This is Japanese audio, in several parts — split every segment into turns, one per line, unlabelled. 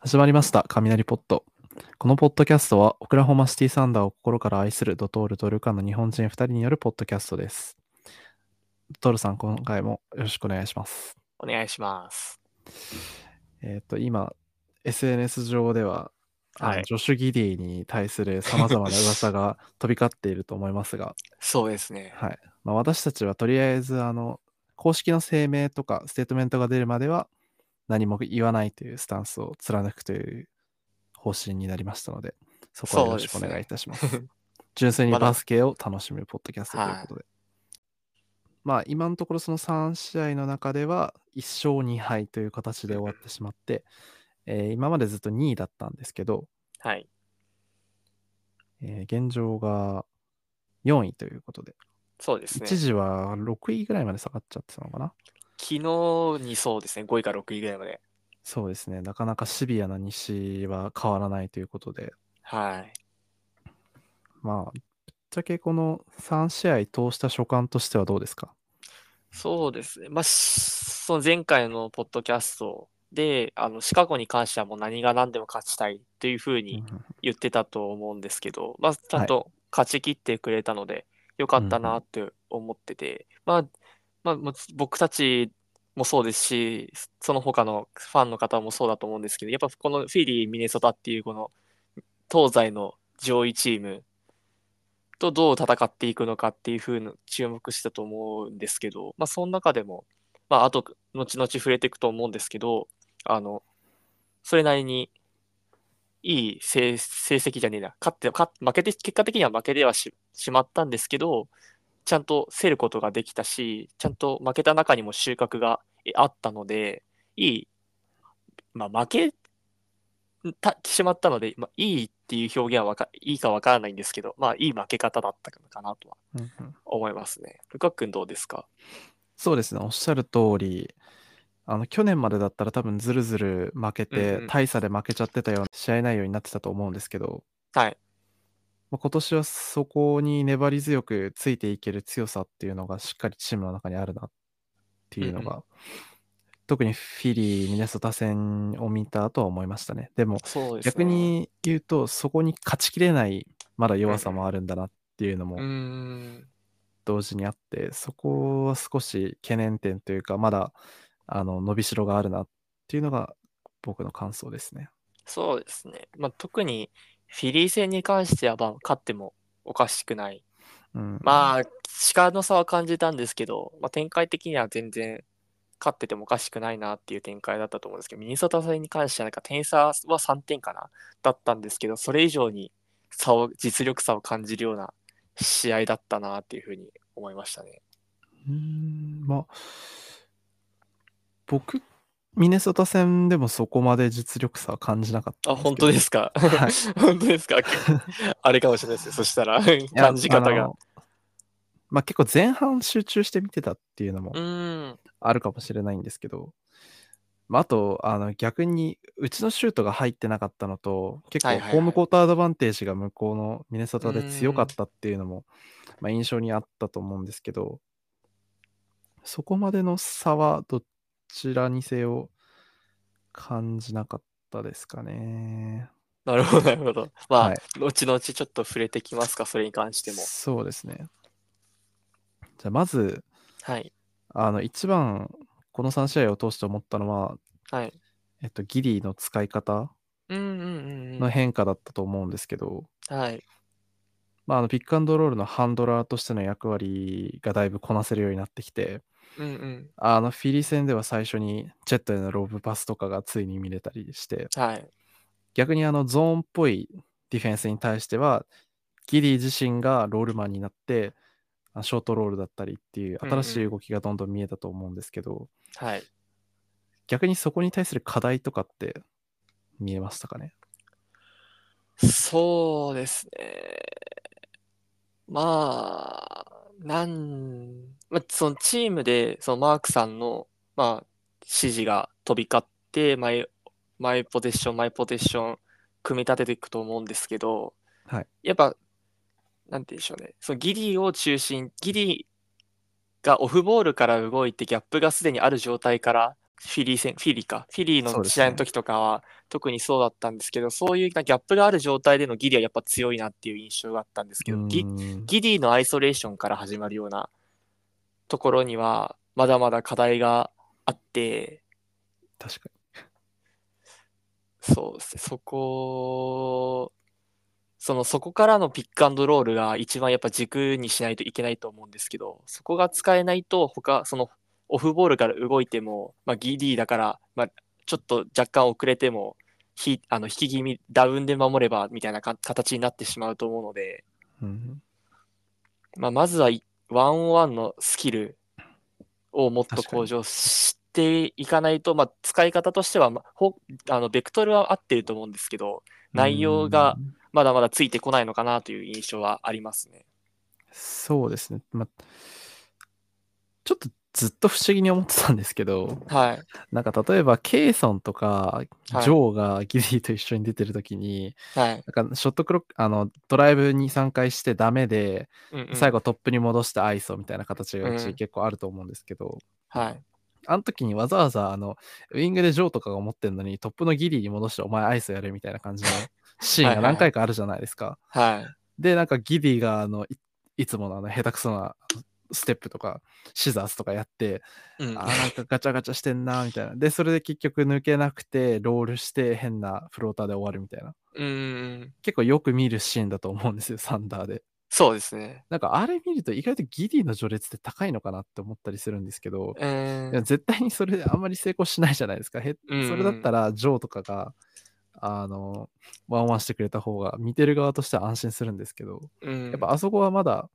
始まりました、雷ポット。このポッドキャストは、オクラホマシティサンダーを心から愛するドトールとルカの日本人2人によるポッドキャストです。ドトールさん、今回もよろしくお願いします。
お願いします。
えっ、と、今、SNS 上では、あの
はい
ジョシュ・ギディに対する様々な噂が飛び交っていると思いますが、
そうですね。
はいまあ、私たちはとりあえずあの公式の声明とかステートメントが出るまでは何も言わないというスタンスを貫くという方針になりましたのでそこはよろしくお願いいたします。 純粋にバスケを楽しむポッドキャストということで。まあ今のところその3試合の中では1勝2敗という形で終わってしまって、えー今までずっと2位だったんですけど、
はい。
えー現状が4位ということで、
そうですね。
一時は6位ぐらいまで下がっちゃってたのかな。
昨日にそうですね、5位から6位ぐらいまで。
そうですね、なかなかシビアな西は変わらないということで、
はい。
まあ、ぶっちゃけこの3試合通した所感としてはどうですか
そうですね。まあ、しその前回のポッドキャストで、あの、シカゴに関してはもう何が何でも勝ちたいというふう
うん
に言ってたと思うんですけど、まあ、ちゃんと勝ち切ってくれたので、よかったなって思ってて、まあ、まあ、もち僕たちもそうですし、その他のファンの方もそうだと思うんですけど、やっぱこのフィリー、ミネソタっていうこの東西の上位チームとどう戦っていくのかっていうふうに注目したと思うんですけど、まあ、その中でも、まあ、あと、後々触れていくと思うんですけど、あの、それなりにいい成成績じゃねえな、勝って、勝負けて、結果的には負けではししまったんですけど、ちゃんと競ることができたし、ちゃんと負けた中にも収穫がえあったので、いい、まあ、負けたてしまったので、まあ、いいっていう表現はわかいいかわからないんですけど、まあ、いい負け方だったかなとは
うんうん
思いますね。ルカ君どうですか
そうですね、おっしゃる通り、あの去年までだったら多分ずるずる負けて、
うんうん
大差で負けちゃってたような試合内容になってたと思うんですけど、
はい。
まあ、今年はそこに粘り強くついていける強さっていうのがしっかりチームの中にあるなっていうのが、
う
特にフィリー、ミネソタ戦を見たとは思いましたね。でも
そうですね。
逆、に言うと、そこに勝ちきれないまだ弱さもあるんだなっていうの
う
も
ーん。
同時にあって、そこは少し懸念点というか、まだあの伸びしろがあるなっていうのが僕の感想ですね。
そうですね。まあ、特にフィリー戦に関しては、まあ、勝ってもおかしくない。
うん、あ、
まあ、力の差は感じたんですけど、まあ、展開的には全然勝っててもおかしくないなっていう展開だったと思うんですけど、ミニソタ戦に関してはなんか点差は3点かなだったんですけど、それ以上に差を実力差を感じるような試合だったなっていうふうに思いましたね。
うん、まあ、僕、ミネソタ戦でもそこまで実力差は感じなかった
あ、
んですけど。
本当ですか。
はい
本当ですか。あれかもしれないですよ。そしたら、
いや
感じ方。
あ
が。
のまあ結構前半集中して見てたっていうのも
うーん。
あるかもしれないんですけど、まあ、あとあの逆にうちのシュートが入ってなかったのと結
はい
構
はいはい
ホームコートアドバンテージが向こうのミネソタで強かったっていうのもまあ、印象にあったと思うんですけどそこまでの差はどちらにせよ感じなかったですかね。
なるほど、なるほど。まあ、
はい
後々ちょっと触れてきますか、それに関しても。
そうですね。じゃあまず
はい。
あの一番この3試合を通して思ったのは、
はい。
えっと、ギリの使い方
うんうんうんうん。
の変化だったと思うんですけど、
はい。
まあ、あのピックアンドロールのハンドラーとしての役割がだいぶこなせるようになってきて、
うんうん。
あのフィリー戦では最初にジェットへのローブパスとかがついに見れたりして、
はい。
逆にあのゾーンっぽいディフェンスに対しては、ギリー自身がロールマンになって、あショートロールだったりっていう新しい動きがどんどん見えたと思うんですけど、
はい。
逆にそこに対する課題とかって見えましたかね
そうですね。まあ、なん、まあ、そのチームで、そのマークさんの、まあ、指示が飛び交って、マイ、マイポゼッション、マイポゼッション、組み立てていくと思うんですけど、
はい
やっぱ、なんて言うんでしょうね。そのギリを中心、ギリがオフボールから動いて、ギャップがすでにある状態から、フィリー戦、フィリーか、フィリー
そう
の
です
試
ね
合の時とかは、特にそうだったんですけど、そういうなギャップがある状態でのギディはやっぱ強いなっていう印象があったんですけど、ギ
うん
ギディのアイソレーションから始まるようなところには、まだまだ課題があって、
確か
そうですね、そこ、そのそこからのピックアンドロールが一番やっぱ軸にしないといけないと思うんですけど、そこが使えないと、他、そのオフボールから動いても、まあ、ギディだから、まあ、ちょっと若干遅れても、ひあの引き気味、ダウンで守ればみたいなか形になってしまうと思うので、
に。うん、
まあ、まずはいワンオンワンのスキルをもっと
確かに
向上していかないと、まあ、使い方としては、まあ、ほあのベクトルは合ってると思うんですけど、内容が
うん
まだまだついてこないのかなという印象はありますね。
そうですね。ま、ちょっとずっと不思議に思ってたんですけど、
はい。
なんか例えばケイソンとかジ
はい
ョーがギディと一緒に出てるときに、
はい。
なんかショットクロックあのドライブに3回してダメで、
うんうん
最後トップに戻してアイソみたいな形がう
う
ち
ん
結構あると思うんですけど、
はい。
あの時にわざわざあのウイングでジョーとかが持ってるのにトップのギリに戻してお前アイソやれみたいな感じのシーンが何回かあるじゃないですか。
はい。
でなんかギリがあのいいつものあの下手くそなあのステップとかシザースとかやって
うん。
あーなんかガチャガチャしてんなみたいなでそれで結局抜けなくてロールして変なフローターで終わるみたいな
うんうん。
結構よく見るシーンだと思うんですよサンダーで
そうですね。
なんかあれ見ると意外とギリの序列って高いのかなって思ったりするんですけど、
うー
いや
ん。
絶対にそれであんまり成功しないじゃないですか。へ
うん
それだったらジョーとかがあのワンワンしてくれた方が見てる側としては安心するんですけど、
うん
やっぱあそこはまだ、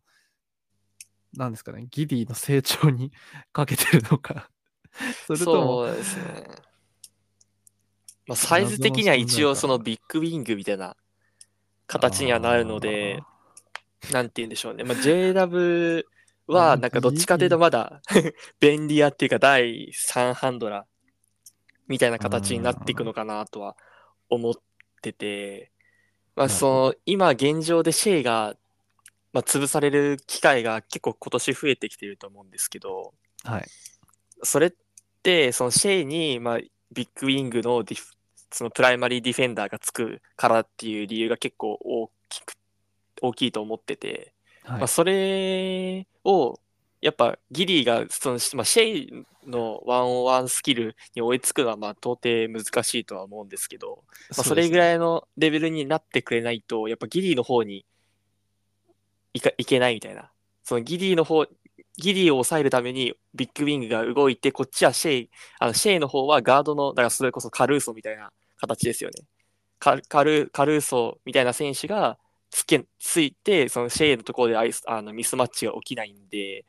なんですかね、ギディの成長に かけてるのか、 それとも、
そうですね。まあ、サイズ的には一応そのビッグウィングみたいな形にはなるので、なんて言うんでしょうね。まあ、JW はなんかどっちかというとまだ 便利屋っていうか第3ハンドラーみたいな形になっていくのかなとは思ってて、まあ、その今現状でシェイが、まあ、潰される機会が結構今年増えてきてると思うんですけど、
あーはい、
それって、そのシェイに、まあ、ビッグウィングのディフそのプライマリーディフェンダーがつくからっていう理由が結構大きく、大きいと思ってて、
はい
まあ、それを、やっぱギリーがその、まあ、シェイのワンオンワンスキルに追いつくのはまあ到底難しいとは思うんですけど、まあ、それぐ
い、
らいのレベルになってくれないと、やっぱギリーの方にいかいけないみたいな。そのギリーの方、ギリーを抑えるためにビッグウィングが動いて、こっちはシェイ、あのシェイの方はガードの、だからそれこそカルーソみたいな形ですよね。カカルカルーソみたいな選手がつけついて、そのシェイのところでアイスあのミスマッチが起きないんで、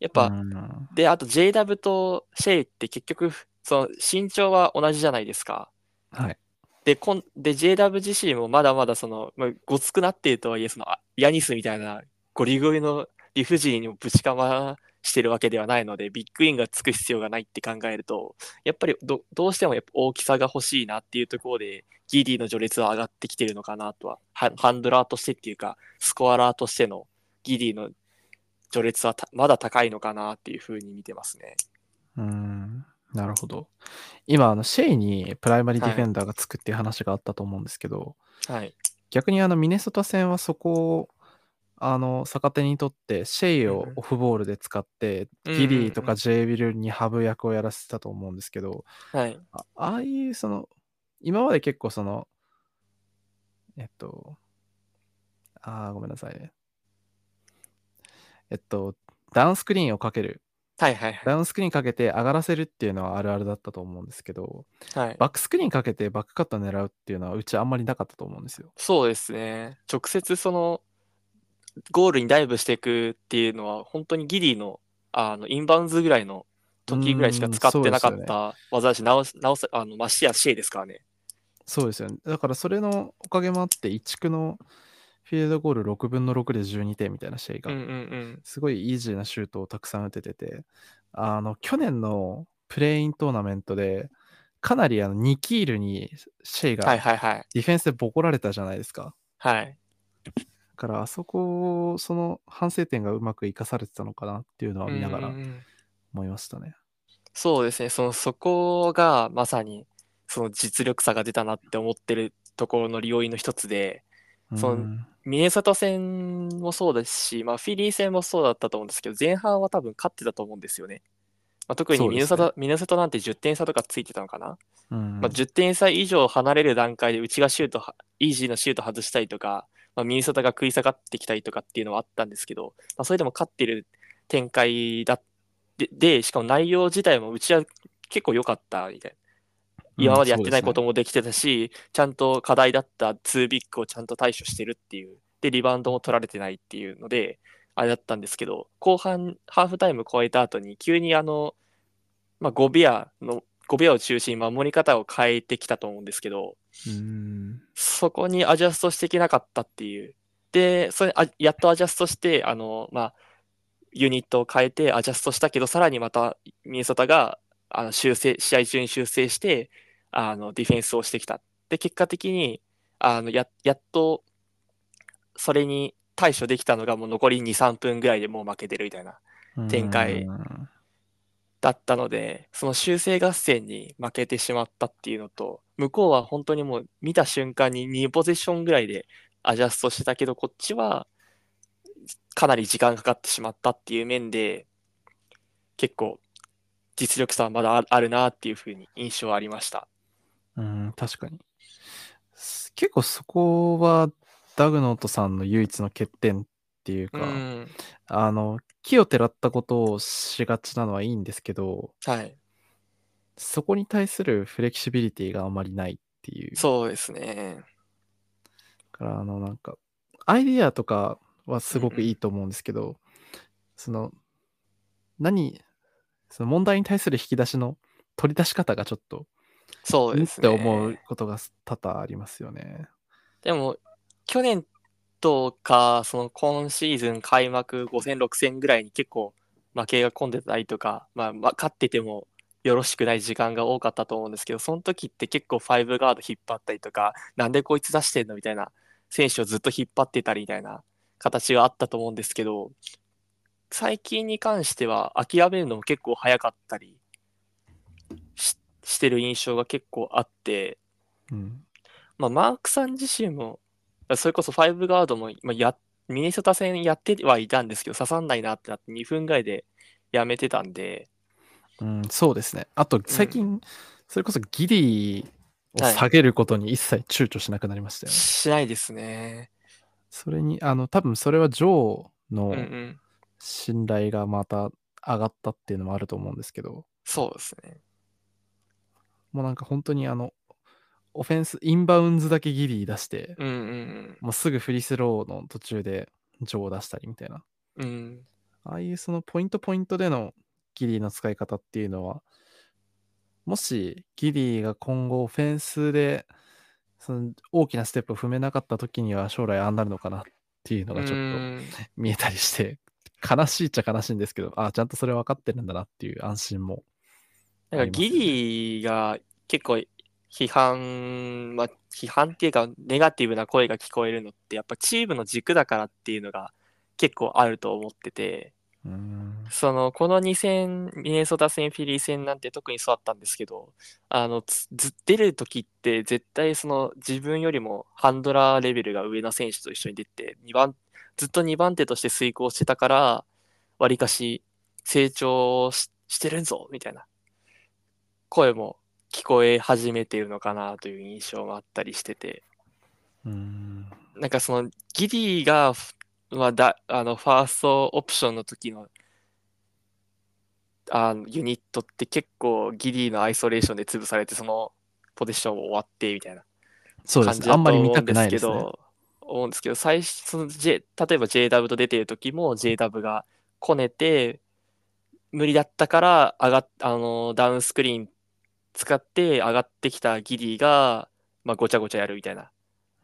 やっぱ、
うん
で、あと JW とシェイって結局、その身長は同じじゃないですか。
はい、
で、こんで JW 自身もまだまだその、まあ、ごつくなっているとはいえ、そのあヤニスみたいなゴリゴリの理不尽にもぶちかましてるわけではないので、ビッグインがつく必要がないって考えると、やっぱりどどうしてもやっぱ大きさが欲しいなっていうところで、ギディの序列は上がってきてるのかなとは、ハハンドラーとしてっていうか、スコアラーとしてのギディの序列はたまだ高いのかなっていうふうに見てますね。
うんなるほど。今、あのシェイにプライマリーディフェンダーがつくっていう話があったと思うんですけど、
はい。
逆にあのミネソタ戦はそこをあの逆手にとってシェイ
う
を
ん
オフボールで使って、
うんうんうん
ギリーとかジェイビルにハブ役をやらせてたと思うんですけど
はい。
あああいうその今まで結構そのえっとあーごめんなさいねえっとダウンスクリーンをかける
はいはいはい。
ダウンスクリーンかけて上がらせるっていうのはあるあるだったと思うんですけど
はい、
バックスクリーンかけてバックカット狙うっていうのはうちあんまりなかったと思うんですよ。
そうですね。直接そのゴールにダイブしていくっていうのは本当にギリの、あのインバウンズぐらいの時ぐらいしか使ってなか
うんそうです
っ
よ
た技だし、直す直すあのましてやシェイですからね。
そうですよね。だからそれのおかげもあって、1区のフィールドゴール6分の6で12点みたいな試合
うん
が、
うんうん。
すごいイージーなシュートをたくさん打ててて、あの、去年のプレイイントーナメントで、かなりあの2キールにシェイ
はい
が
はいはい。
ディフェンスでボコられたじゃないですか。
はい。
だからあそこを、その反省点がうまく生かされてたのかなっていうのは見ながら
うんうんうん
思いましたね。
そうですね、そのそこがまさにその実力差が出たなって思ってるところの要因の一つで、そう
うん
ミネソタ戦もそうですし、まあ、フィリー戦もそうだったと思うんですけど、前半は多分勝ってたと思うんですよね。まあ、特
そ
に
う
ミ
ですね
ネソタ、ミネソタなんて10点差とかついてたのかな、
うん
まあ、10点差以上離れる段階で、うちがシュートは、イージーのシュート外したりとか、まあ、ミネソタが食い下がってきたりとかっていうのはあったんですけど、まあ、それでも勝ってる展開だで、で、しかも内容自体もうちは結構良かったみたいな。今までやってないこともできてたし、ちゃんと課題だった2ビッグをちゃんと対処してるっていう、で、リバウンドも取られてないっていうので、あれだったんですけど、後半、ハーフタイム超えた後に、急にあの、まあ、5ベアの、5ベアを中心に守り方を変えてきたと思うんですけど、
うん
そこにアジャストしていけなかったっていう。で、それあやっとアジャストして、あの、まあ、ユニットを変えてアジャストしたけど、さらにまたミネソタがあの修正、試合中に修正して、あの、ディフェンスをしてきた。で、結果的に、あの、や、やっと、それに対処できたのがもう残り2、3分ぐらいでもう負けてるみたいな。
うん
展開だったので、その修正合戦に負けてしまったっていうのと、向こうは本当にもう見た瞬間に2ポゼッションぐらいでアジャストしてたけど、こっちはかなり時間かかってしまったっていう面で、結構実力差はまだああるなっていうふうに印象はありました。
うん、確かに。す結構そこは、ダグノートさんの唯一の欠点っていう
う
か、
ん。
あの、木をてらったことをしがちなのはいいんですけど、
はい。
そこに対するフレキシビリティがあまりないっていう。
そうですね。
から、あの、なんか、アイディアとかはすごくいいと思うんですけど、その、何、その問題に対する引き出しの取り出し方がちょっと、
そう
うん
で
っ
す
て思う
ね。
ことが多々ありますよね。
でも、去年とか、その今シーズン開幕5戦、6戦ぐらいに結構負けが込んでたりとか、まあ、まあ勝っててもよろしくない時間が多かったと思うんですけど、その時って結構ファイブガード引っ張ったりとか、なんでこいつ出してんのみたいな、選手をずっと引っ張ってたりみたいな形があったと思うんですけど、最近に関しては諦めるのも結構早かったりししてる印象が結構あって、
うん。
まあ、マークさん自身も、それこそファイブガードも、まあ、や、ミネソタ戦やってはいたんですけど、刺さんないなってなって2分ぐらいでやめてたんで、
うん、そうですね。あと、最近、それこそギリを下げることに一切躊躇しなくなりましたよね。
しないですね。
それに、あの、多分それはジョー
うんう
の
ん。
信頼がまた上がったっていうのもあると思うんですけど、
そうですね。
もうなんか本当にあの、オフェンス、インバウンズだけギリ出して、
うんうん
もうすぐフリースローの途中でジョーを出したりみたいな。
うん。うん。
ああいうそのポイントポイントでのギリーの使い方っていうのは、もしギリーが今後オフェンスでその大きなステップを踏めなかった時には将来ああなるのかなっていうのがち
う
ょっ
ん
と見えたりして、悲しいっちゃ悲しいんですけど、ああ、ちゃんとそれ分かってるんだなっていう安心も。
なん
あり
か
ますよ
ギ
ね
リが結構批判、まあ、批判っていうかネガティブな声が聞こえるのってやっぱチームの軸だからっていうのが結構あると思ってて、
うーん
その、この2戦、ミネソタ戦、フィリー戦なんて特にそうだったんですけど、あの、つず出るときって絶対その自分よりもハンドラーレベルが上の選手と一緒に出て、二番、ずっと2番手として遂行してたから、わりかし成長し、してるんぞみたいな声も聞こえ始めているのかなという印象もあったりしてて。
うーん
なんかそのギリーが、まあ、だあのファーストオプションの時のあのユニットって結構ギリーのアイソレーションで潰されてそのポゼッションを終わってみたいな
そうで
感
す
じ
ね。あ
だ
んま
と
り見
思う
た
ん
く
で
な
す
い
け
ですね。
ど、思うんですけど、最初、その J、例えば JW と出てる時も JW がこねて、無理だったから上がっ、あの、ダウンスクリーン使って上がってきたギリーが、まあ、ごちゃごちゃやるみたいな。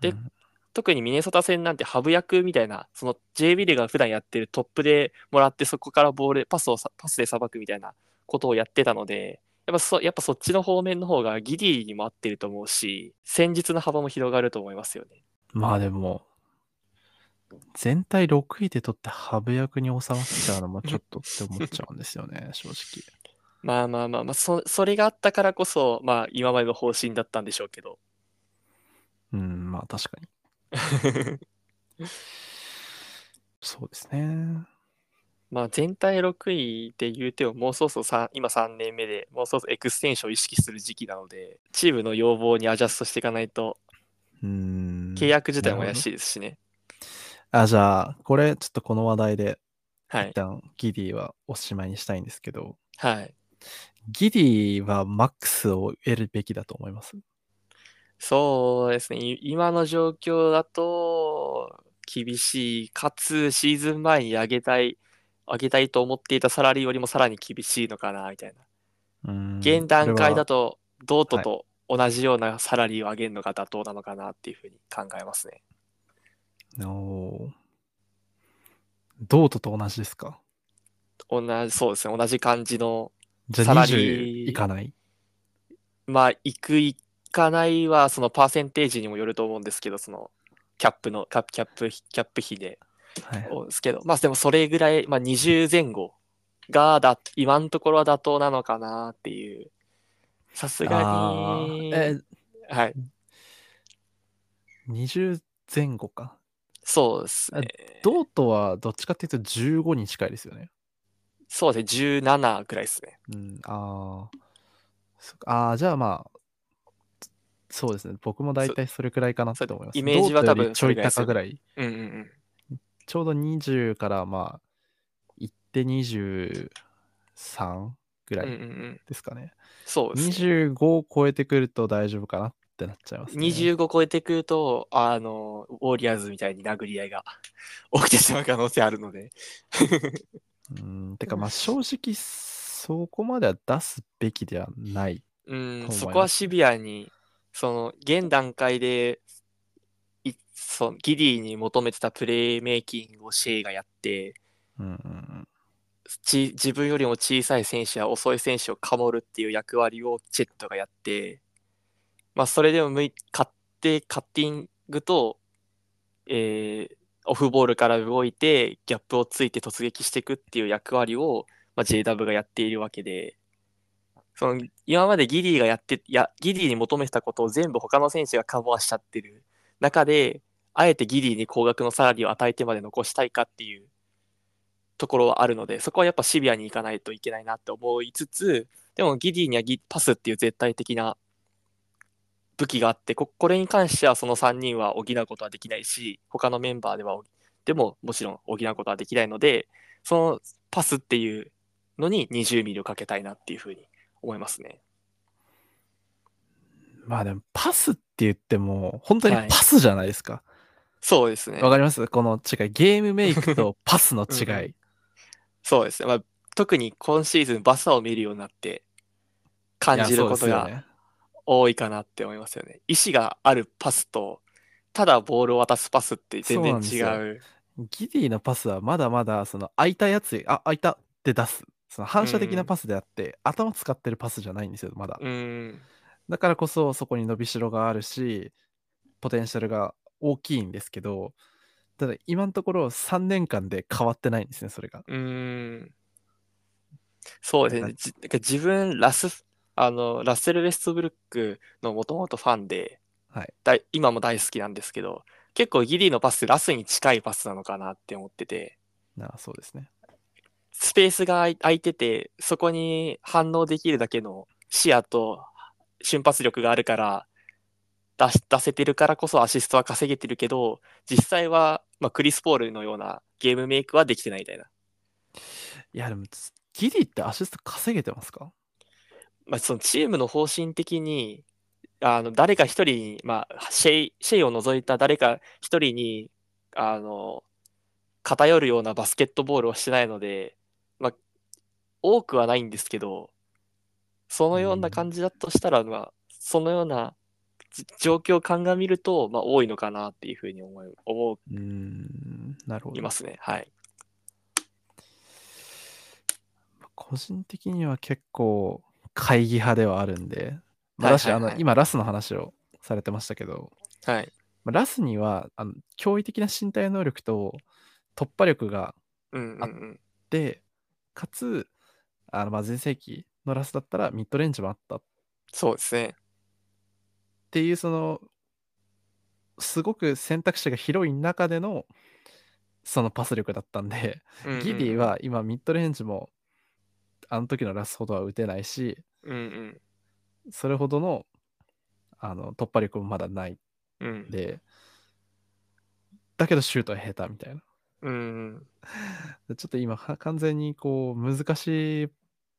で
うん
特にミネソタ戦なんてハブ役みたいな、その J ビルが普段やってるトップでもらって、そこからボール、パスをさ、パスでさばくみたいなことをやってたので、やっぱそ、やっぱそっちの方面の方がギリにも合ってると思うし、戦術の幅も広がると思いますよね。
まあでも、全体6位で取ってハブ役に収まっちゃうのもちょっとって思っちゃうんですよね、正直。
まあまあまあまあ、そ、それがあったからこそ、まあ今までの方針だったんでしょうけど。
うん、まあ確かに。そうですね。
まあ全体6位で言うても、もうそろそろさん今3年目で、もうそろそろエクステンションを意識する時期なので、チームの要望にアジャストしていかないと、
うん。
契約自体も
なるほど
怪しいですしね。
あ、じゃあ、これ、ちょっとこの話題で、
は
一
い。
旦ギディはおしまいにしたいんですけど、
はい。
ギディはマックスを得るべきだと思います。
そうですね。い今の状況だと、厳しい、かつシーズン前に上げたい、上げたいと思っていたサラリーよりもさらに厳しいのかな、みたいな。
うん
現段階だ
と。
と、ドートと同じようなサラリーを上げるのが妥当なのかなっていうふうに考えますね。
それはおードートと同じですか
同じ、そうですね、同じ感じの、
じゃ
サ
あ
ラ
20
リー
いかない。
まあ、行く、行かないは、そのパーセンテージにもよると思うんですけど、その、キャップの、キャップ、キャップ、キャップ比で、
はい
おですけど、まあ、でもそれぐらい、まあ、20前後がだ、今のところは妥当なのかなっていう。さす
あ
がに、
ーえ
はい、
20前後か。
そうですね。
ドートはどっちかっていうと15に近いですよね。
そうですね、17ぐらいですね。
うん、ああ。そっかああ、じゃあまあ、そうですね。僕も大体それくらいかなって思います。
そうイメージは多分
ドートよりちょい高ぐらい。
うんうんうん。
ちょうど20からまあ、行って23ぐら
うんう
い
んうん、
ですかね。
そうですね。
25を超えてくると大丈夫かなってなっちゃいます、ね。
25超えてくると、あの、ウォリアーズみたいに殴り合いが起きてしまう可能性あるので。
うん、てかまあ正直、そこまでは出すべきではない。
う
そう思い
ん、
ます
そこはシビアに、その、現段階で、いそのギディに求めてたプレーメイキングをシェイがやって、
うんうんうん、
ち自分よりも小さい選手や遅い選手をかもるっていう役割をチェットがやって、まあ、それでも向い買ってカッティングと、えーオフボールから動いてギャップをついて突撃していくっていう役割を、まあ、JW がやっているわけでその今までギリーがやっていやギリーに求めてたことを全部他の選手がカバーしちゃってる中であえてギリーに高額のサラリーを与えてまで残したいかっていうところはあるので、そこはやっぱシビアに行かないといけないなって思いつつ、でもギディにはギパスっていう絶対的な武器があって、ここれに関してはその3人は補うことはできないし、他のメンバーではでももちろん補うことはできないので、そのパスっていうのに20ミリをかけたいなっていうふうに思いますね。
まあでもパスって言っても本当に
はい
パスじゃないですか。
そうですね
わ、。かりますこの違い。ゲームメイクとパスの違い。
そうですね。まあ、特に今シーズンバサを見るようになって感じること
いやそう
が
ですよね
多いかなって思いますよね。意思があるパスと、ただボールを渡すパスって全然
そう
違
なん
う。
ギディのパスはまだまだその空いたやつあ空いたって出すその反射的なパスであって、頭使ってるパスじゃないんですよまだ、
うん。
だからこそそこに伸びしろがあるしポテンシャルが大きいんですけどただ今のところ3年間で変わってないんですねそれが
うん。そうです
なん
ね。じだから自分、ラス、あの、ラッセル・ウェストブルックのもともとファンで、
はい
だい今も大好きなんですけど、結構ギリのパスってラスに近いパスなのかなって思ってて、
なあそうですね
スペースが空い空いてて、そこに反応できるだけの視野と瞬発力があるから、出し出せてるからこそアシストは稼げてるけど、実際は、まあ、クリス・ポールのようなゲームメイクはできてないみたいな。
いやでもギディってアシスト稼げてますか
まあ、そのチームの方針的に、あの誰か一人に、まあ、シェイ、シェイを除いた誰か一人に、あの、偏るようなバスケットボールをしてないので、まあ、多くはないんですけど、そのような感じだとしたら、まあ、そのようなじ状況を鑑みると、まあ、多いのかなっていうふうに思い、思
うーんなるほ
い
ど
ますね。はい。
個人的には結構会議派ではあるんで、まあ、だし、
はいはいはい
あの今ラスの話をされてましたけど、
はい。
まあラスにはあの驚異的な身体能力と突破力があっ
うんうんうん。
てかつあのまあ前世紀のラスだったらミッドレンジもあったっ
そうですね。
ていうそのすごく選択肢が広い中でのそのパス力だったんで、
うんうん
ギディ、は今ミッドレンジもあの時のラスほどは打てないし
うんうん。
それほどのあの突破力もまだない
うん。
でだけどシュートは下手みたいな
うんうん。
でちょっと今は完全にこう難しい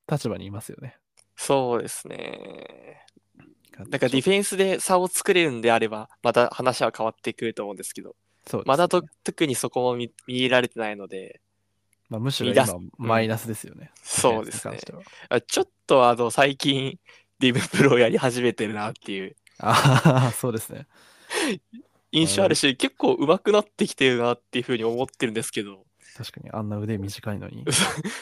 立場にいますよね
そうですね。だからディフェンスで差を作れるんであれば、また話は変わってくると思うんですけど、
そうですね
まだと特にそこも見見入られてないので、
まあ、むしろ
見出
今
す
マイナスですよね、
そうですね
ディフェンスに関しては
あちょっとあの最近、ディブプロをやり始めてるなっていう
ああ、そうですね。
印象あるし、結構上手くなってきてるなっていうふうに思ってるんですけど、
確かに、あんな腕短いのに。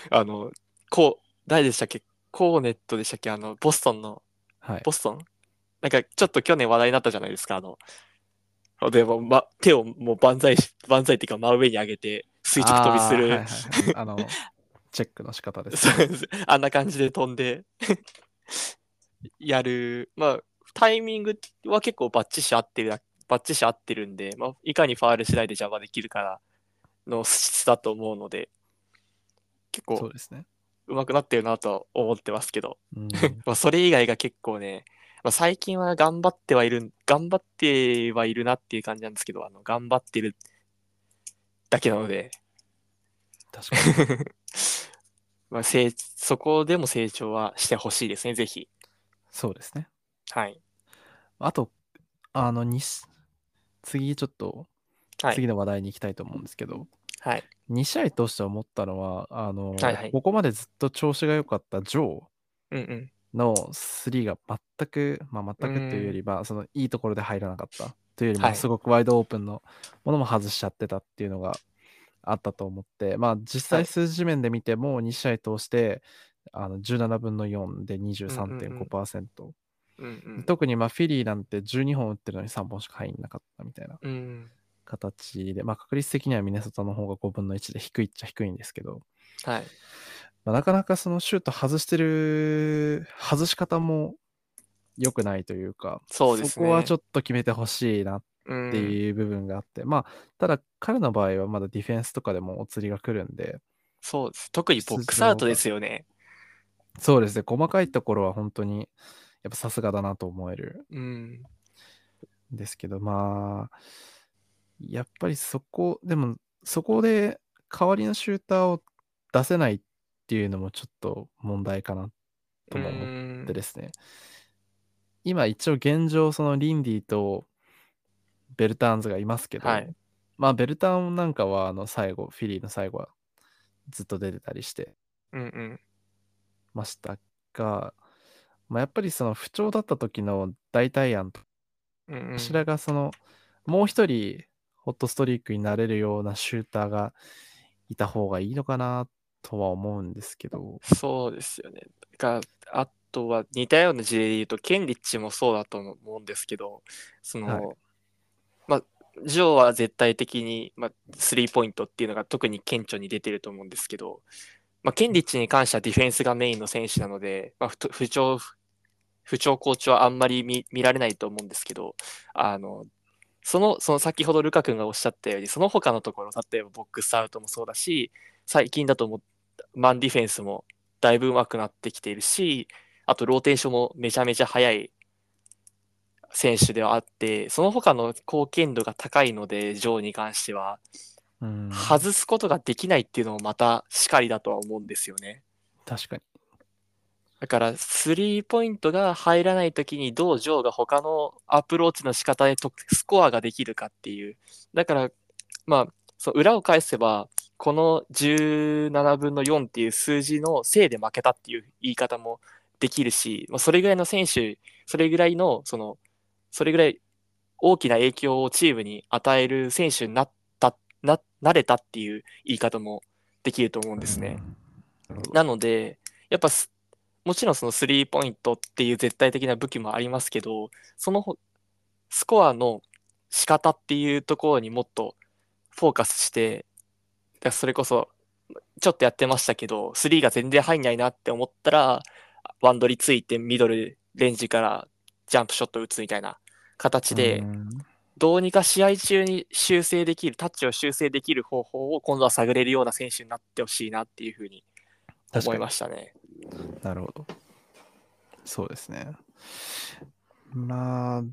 あの、こう、誰でしたっけコーネットでしたっけあの、ボストンの、
はい。
ボストンなんかちょっと去年話題になったじゃないですか、あの、でも、ま、手をもう万歳し、万歳っていうか真上に上げて垂直飛びする、
あーはいはいはいあの、チェックの仕方です
そうですあんな感じで飛んで やる、まあ、タイミングは結構バッチシ合ってるだ、バッチシ合ってるんで、まあ、いかにファール次第で邪魔できるからの質だと思うので、結
ね。そう
構
ですね。
上手くなってるなとは思ってますけど、
うん、
まあ、それ以外が結構ね、まあ、最近は頑張ってはいる、頑張ってはいるなっていう感じなんですけど、あの頑張ってるだけなので、
確かに。
まあ、成そこでも成長はしてほしいですね、ぜひ。
そうですね。
はい。
あと、あの、にし次ちょっと、
はい
次の話題に行きたいと思うんですけど、
はい。
2試合通して思ったのは、あの、
はいはい
ここまでずっと調子が良かったジョー
うんうん。
の3が全く、まあ、全くというよりは、そのいいところで入らなかったというより
は
も、
い
すごくワイドオープンのものも外しちゃってたっていうのがあったと思って、まあ、実際
はい
数字面で見ても、2試合通して、あの17分の4で
う
23.5%、
うんうん。
特にまあフィリーなんて12本打ってるのに3本しか入んなかったみたいな
うん。
形で、まあ、確率的にはミネソタの方が5分の1で低いっちゃ低いんですけど、
はい。
まあ、なかなかそのシュート外してる外し方も良くないというか
そうですね。
こはちょ
っ
っと決めてほしいなっ
と、うん、
ていう部分があって、まあただ彼の場合はまだディフェンスとかでもお釣りが来るんで
そうです。特にボックスアウトですよね。
そうですね細かいところは本当にやっぱさすがだなと思える
うん。
んですけどまあやっぱりそこでもそこで代わりのシューターを出せないっていうのもちょっと問題かなとも思っ
思
でですね、今一応現状そのリンディとベルターンズがいますけど、
はい
まあベルターンなんかはあの最後フィリーの最後はずっと出てたりして
うんうん。
ましたが、まあ、やっぱりその不調だった時の代替案と
うんうん。
柱がそのもう一人ホットストリークになれるようなシューターがいた方がいいのかなとは思うんですけど、
そうですよね。が、あとは似たような事例で言うと、ケンリッチもそうだと思うんですけど、その、
はい
まあ、ジョーは絶対的に、まあ、スリーポイントっていうのが特に顕著に出てると思うんですけど、まあ、ケンリッチに関してはディフェンスがメインの選手なので、まあ、不と不調、不調好調はあんまり見見られないと思うんですけど、あの、その、その先ほどルカ君がおっしゃったように、その他のところ、例えばボックスアウトもそうだし、最近だともうマンディフェンスもだいぶ上手くなってきているし、あとローテーションもめちゃめちゃ速い選手ではあって、その他の貢献度が高いので、ジョーに関しては、
うん、
外すことができないっていうのもまたしかりだとは思うんですよね。
確かに。
だから、スリーポイントが入らないときに、どうジョーが他のアプローチの仕方でとスコアができるかっていう。だから、まあ、そう裏を返せば、この17分の4っていう数字のせいで負けたっていう言い方もできるし、まあ、それぐらいの選手、それぐらいの、その、それぐらい大きな影響をチームに与える選手になった、な、なれたっていう言い方もできると思うんですね。
うん。なるほど
なので、やっぱすもちろんそのスリーポイントっていう絶対的な武器もありますけど、そのほスコアの仕方っていうところにもっとフォーカスして、だからそれこそちょっとやってましたけど、スリーが全然入んないなって思ったら、あワンドリついてミドルレンジからジャンプショット打つみたいな形で、
うん
どうにか試合中に修正できる、タッチを修正できる方法を今度は探れるような選手になってほしいなっていうふうに
確
思
かに
いましたね。
なるほど。そうですね。まあ、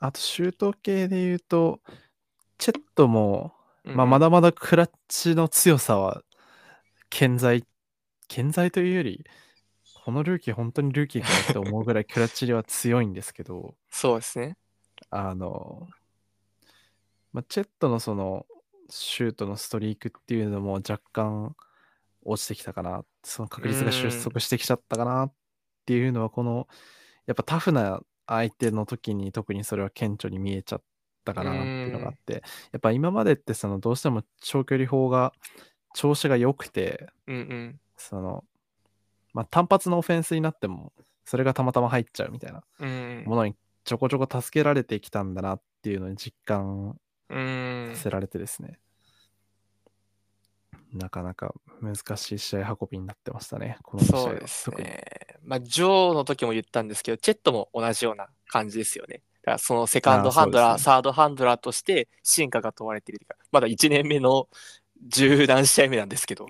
あと、シュート系で言うと、チェットも、まあ、ま
だ、
だまだクラッチの強さは健在、健在というより、このルーキー、本当にルーキーかなって思うぐらいクラッチでは強いんですけど、
そうですね。
あの、まあ、チェットのそのシュートのストリークっていうのも若干落ちてきたかな、その確率が収束してきちゃったかなっていうのは、この、やっぱタフな相手の時に特にそれは顕著に見えちゃったかなっていうのがあって、やっぱ今までってそのどうしても長距離砲が調子が良くて、
うんうん。
その、まあ、単発のオフェンスになっても、それがたまたま入っちゃうみたいな
うん
ものにちょこちょこ助けられてきたんだなっていうのに実感
うん。うん
させられてですね、なかなか難しい試合運びになってましたね、この試合
そう
は
です
特に。
ね。まあ、ジョーの時も言ったんですけど、チェットも同じような感じですよね。だからそのセカンドハンド
あ
ラー、
あそうですね
サードハンドラーとして進化が問われているというか、まだ1年目の十何試合目なんで すけど。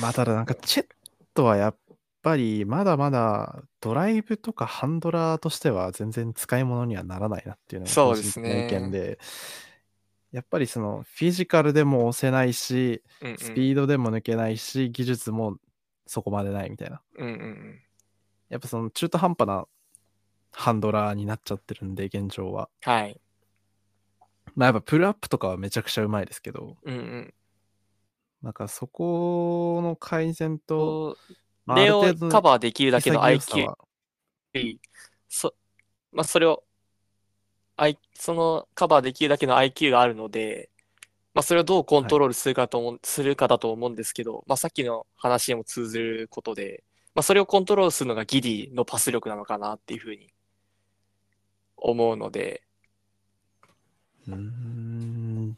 まあただなんかチェットはやっぱりまだまだドライブとかハンドラーとしては全然使い物にはならないなっていうのが
そう
個
です
人
ね
的な意見でやっぱりそのフィジカルでも押せないし
うんうん
スピードでも抜けないし、技術もそこまでないみたいな
うんうんうん。
やっぱその中途半端なハンドラーになっちゃってるんで現状は
はい。
まあやっぱプルアップとかはめちゃくちゃうまいですけど
うんうん。
なんかそこの改善と、
と、
まあ、
レオをカ
ー
バーできるだけの IQ
は
そ、まあ、それを、I、そのカバーできるだけの IQ があるので、まあ、それをどうコントロールするかと思う、するかだと思うんですけど、まあ、さっきの話にも通ずることで、まあ、それをコントロールするのがギリのパス力なのかなっていうふうに思うので、
うーん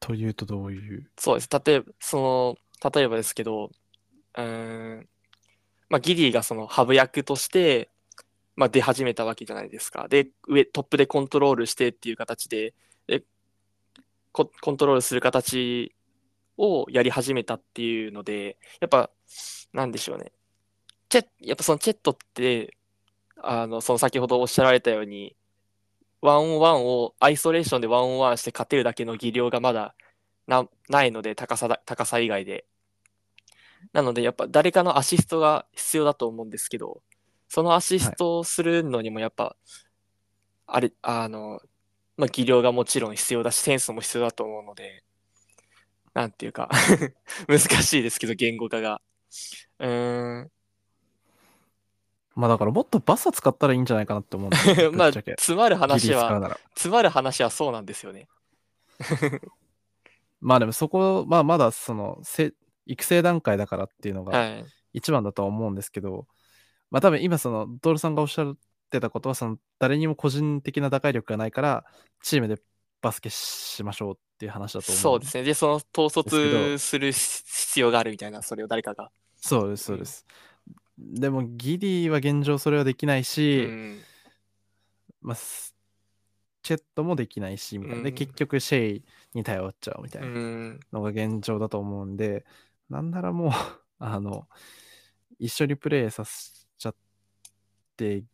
というとどういう
そうです。例えば、その、例えばですけど、うーん、まあ、ギリーがそのハブ役として、まあ、出始めたわけじゃないですか。で、上、トップでコントロールしてっていう形で、で、コ、コントロールする形をやり始めたっていうので、やっぱ、なんでしょうね。チェ、やっぱそのチェットって、あの、その先ほどおっしゃられたように、ワンオンワンを、アイソレーションでワンオンワンして勝てるだけの技量がまだな、ないので、高さだ、高さ以外で。なので、やっぱ誰かのアシストが必要だと思うんですけど、そのアシストをするのにもやっぱ、あれ、あの、まあ、技量がもちろん必要だし、センスも必要だと思うので、なんていうか 難しいですけど、言語化が。うーん、
まあだからもっとバッサ使ったらいいんじゃないかなって思うんですよ
ま
ぶ
あ、
っちゃけ
詰まる話
ギリ使う
は、
なら
詰まる話はそうなんですよね。
まあでもそこまあまだそのせ育成段階だからっていうのが
はい。
一番だとは思うんですけど、まあ多分今そのドールさんがおっしゃってたことはその誰にも個人的な打開力がないからチームでバスケしましょうっていう話だと思う
そうですね。で、その統
ですけ
率
ど
するし必要があるみたいな、それを誰かが。
そうですそうです、でもギリは現状それはできないし、
うん
まあ、すチェットもできないしみたいな、
う
で
ん。。
結局シェイに頼っちゃうみたいうなんのが現状だと思うんで、なんならもう あの一緒にプレーさせちゃって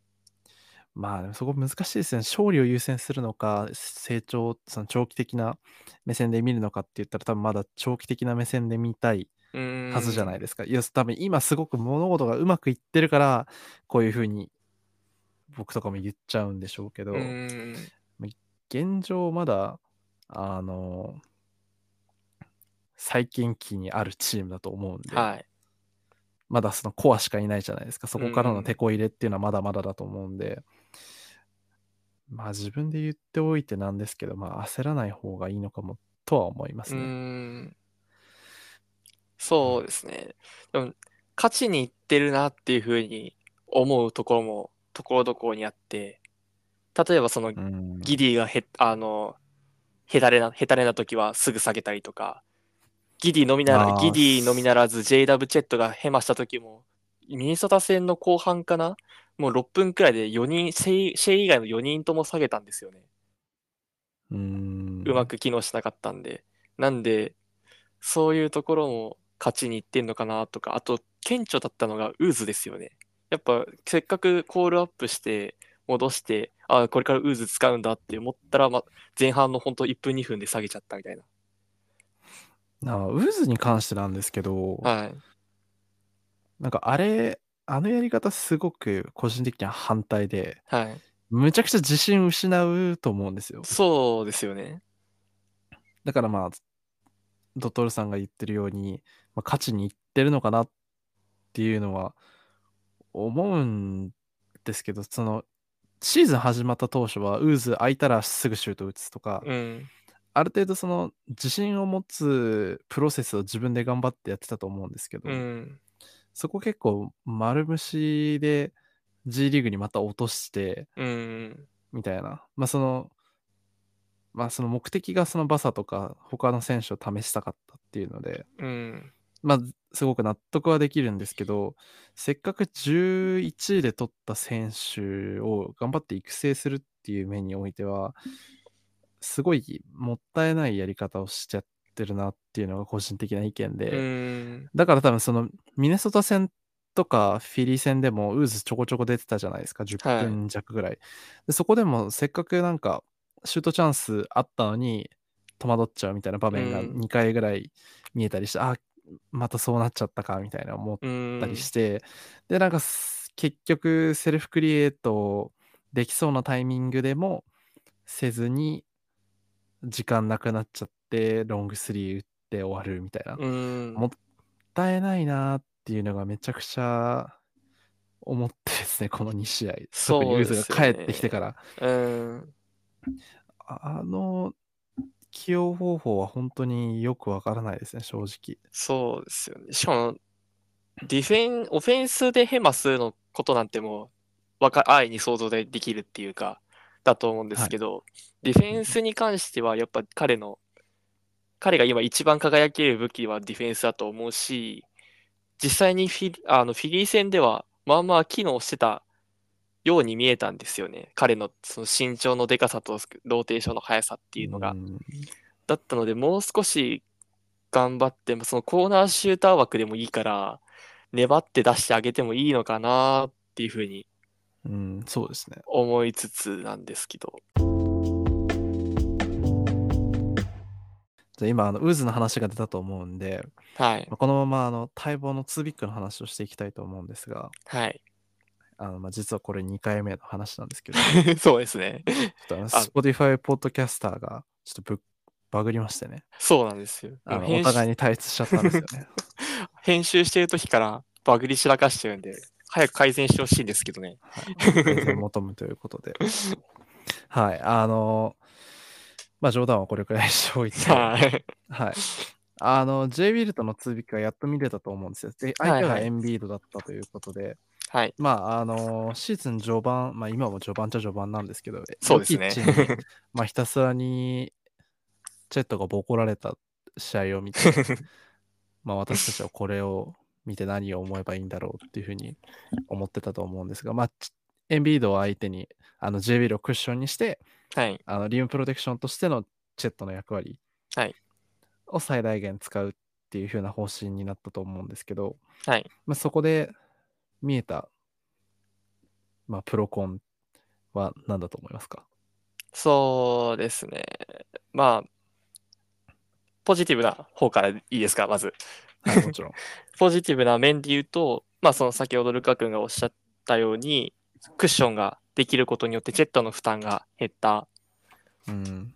まあでもそこ難しいですね勝利を優先するのか成長その長期的な目線で見るのかって言ったら多分まだ長期的な目線で見たいはずじゃないいですか。いや多分今すごく物事がうまくいってるからこういうふうに僕とかも言っちゃうんでしょうけど、
うん。
現状まだあの最近期にあるチームだと思うんで、
はい。
まだそのコアしかいないじゃないですかそこからの手こ入れっていうのはまだまだだと思うんで、まあ自分で言っておいてなんですけどまあ焦らない方がいいのかもとは思います
うー
ね。
んそうですね。でも、勝ちにいってるなっていうふうに思うところも、ところどころにあって、例えばその
うん
ギディがへ、あの、へたれな、へたれな時はすぐ下げたりとか、ギディのみなら、
あー
ギディのみならず JW チェットがヘマした時も、ミネソタ戦の後半かなもう6分くらいで4人、シェイシェイ以外の4人とも下げたんですよね。
うーん。
うまく機能しなかったんで。なんで、そういうところも勝ちにいってんのかなとか、あと、顕著だったのがウーズですよね。やっぱ、せっかくコールアップして、戻して、あこれからウーズ使うんだって思ったら、ま、前半の本当1分2分で下げちゃったみたいな。
あウーズに関してなんですけど、
はい。
なんかあれ、あのやり方すごく個人的には反対で、
はい。
むちゃくちゃ自信失うと思うんですよ。
そうですよね。
だからまあ、ドトールさんが言ってるように、まあ、勝ちにいってるのかなっていうのは思うんですけど、その、シーズン始まった当初は、ウーズ空いたらすぐシュート打つとか、
うん。
ある程度その自信を持つプロセスを自分で頑張ってやってたと思うんですけど、
うん。
そこ結構丸虫で G リーグにまた落として
うん。
みたいな、まあその、まあその目的がそのバサとか他の選手を試したかったっていうので、
うん。
まあすごく納得はできるんですけど、せっかく11位で取った選手を頑張って育成するっていう面においては、すごいもったいないやり方をしちゃってるなっていうのが個人的な意見で、
うん。
だから多分そのミネソタ戦とかフィリー戦でもウーズちょこちょこ出てたじゃないですか、
は
10
い
分弱ぐらい。でそこでもせっかくなんかシュートチャンスあったのに戸惑っちゃうみたいな場面が
うん
2回ぐらい見えたりして、あまたそうなっちゃったかみたいな思っ
うん
たりして、でなんかす結局セルフクリエイトできそうなタイミングでもせずに時間なくなっちゃってロングスリー打って終わるみたいな。
うん。
もったいないなっていうのがめちゃくちゃ思ってですね、この2試合。特に
そ
ユ
うで
ー
すよね
ズが帰ってきてから。
うん。
あの起用方法は本当によくわからないですね、正直。
そうですよね。しかも、ディフェン、オフェンスでヘマすのことなんてもう、わか、安易に想像でできるっていうか、だと思うんですけど、ディフェンスに関しては、やっぱ彼の、彼が今一番輝ける武器はディフェンスだと思うし、実際にフィ、あの、フィリー戦では、まあまあ機能してたように見えたんですよね。彼のその身長のでかさとローテーションの速さっていうのが
う。ん
だったので、もう少し頑張って、そのコーナーシューター枠でもいいから、粘って出してあげてもいいのかなっていうふうに
うん、そうですね。
思いつつなんですけど。
じゃあ今、あのウーズの話が出たと思うんで、
はい。
まあこのままあの待望の2ビッグの話をしていきたいと思うんですが、
はい。
あのまあ実はこれ2回目の話なんですけど、
そうですね。
ちょっと Spotify ポッドキャスターがちょっとぶっバグりましてね、
そうなんですよ。
あの
編
お
集
互いに対立しちゃったんですよね。
編集してる時からバグり散らかしてるんで、早く改善してほしいんですけどね。
はい、改善を求むということ で。はい、あの、まあ冗談はこれくらいにしておいて、は
はい。
い。あの、J ビルトのツービックはやっと見れたと思うんですよ。で、相手がエンビードだったということで、
はい。
まあ、あの、シーズン序盤、まあ今も序盤っちゃ序盤なんですけど、
そうですね
ヨキッチにまあひたすらに、チェットがボコられた試合を見 て、まあ私たちはこれを見て何を思えばいいんだろうっていうふうに思ってたと思うんですが、まあ、ちエンビードを相手に、あの J ビルをクッションにして、
はい。
あのリムプロテクションとしてのチェットの役割
はい
を最大限使うっていう風な方針になったと思うんですけど、
はい
まあ、そこで見えた、まあ、プロコンは何だと思いますか
そうですね。まあ、ポジティブな方からいいですか、まず。
はい、もちろん。
ポジティブな面で言うと、まあ、その先ほどルカ君がおっしゃったように、クッションができることによって、チェットの負担が減ったっ
うん。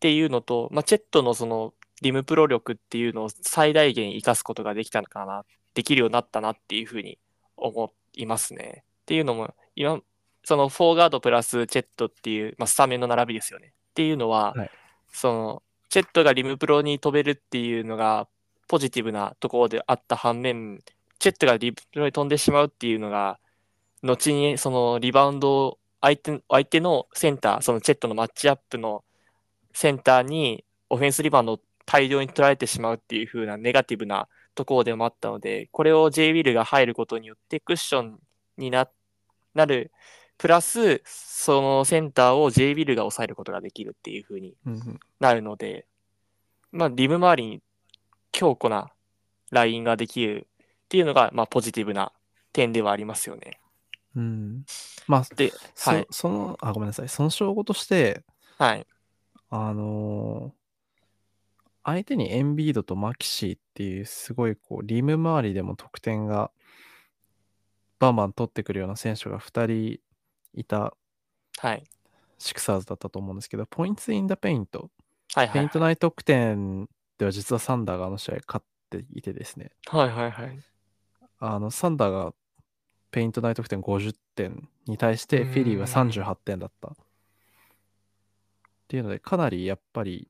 ていうのと、まあ、チェットのそのリムプロ力っていうのを最大限生かすことができたのかな、できるようになったなっていうふうに思いますね。っていうのも、今、そのフォーガードプラスチェットっていう、まあ、スタメンの並びですよね。っていうのは、
はい
その、チェットがリムプロに飛べるっていうのがポジティブなところであった反面、チェットがリムプロに飛んでしまうっていうのが、後にそのリバウンドを相手相手のセンター、そのチェットのマッチアップのセンターにオフェンスリバウンドを大量に取られてしまうっていう風なネガティブなところでもあったので、これを J ウィルが入ることによってクッションにななる、プラス、そのセンターを J ウィルが抑えることができるっていう風に
うんうん
なるので、まあ、リム周りに強固なラインができるっていうのが、まあ、ポジティブな点ではありますよね。
うん、まあ、
で、
そ
はい
そのあ、ごめんなさい、その証拠として、
はい。
あのー相手にエンビードとマキシーっていう、すごいこう、リム周りでも得点がバンバン取ってくるような選手が2人いた
はい。
シクサーズだったと思うんですけど、ポイントインダペイント、
はいは
ペイ
い
ント内得点では実はサンダーがあの試合勝っていてですね、
はい。はいはいはい。
あの、サンダーがペイントナイト得点50点に対して、
うん
フィリーは38点だった。っていうので、かなりやっぱり、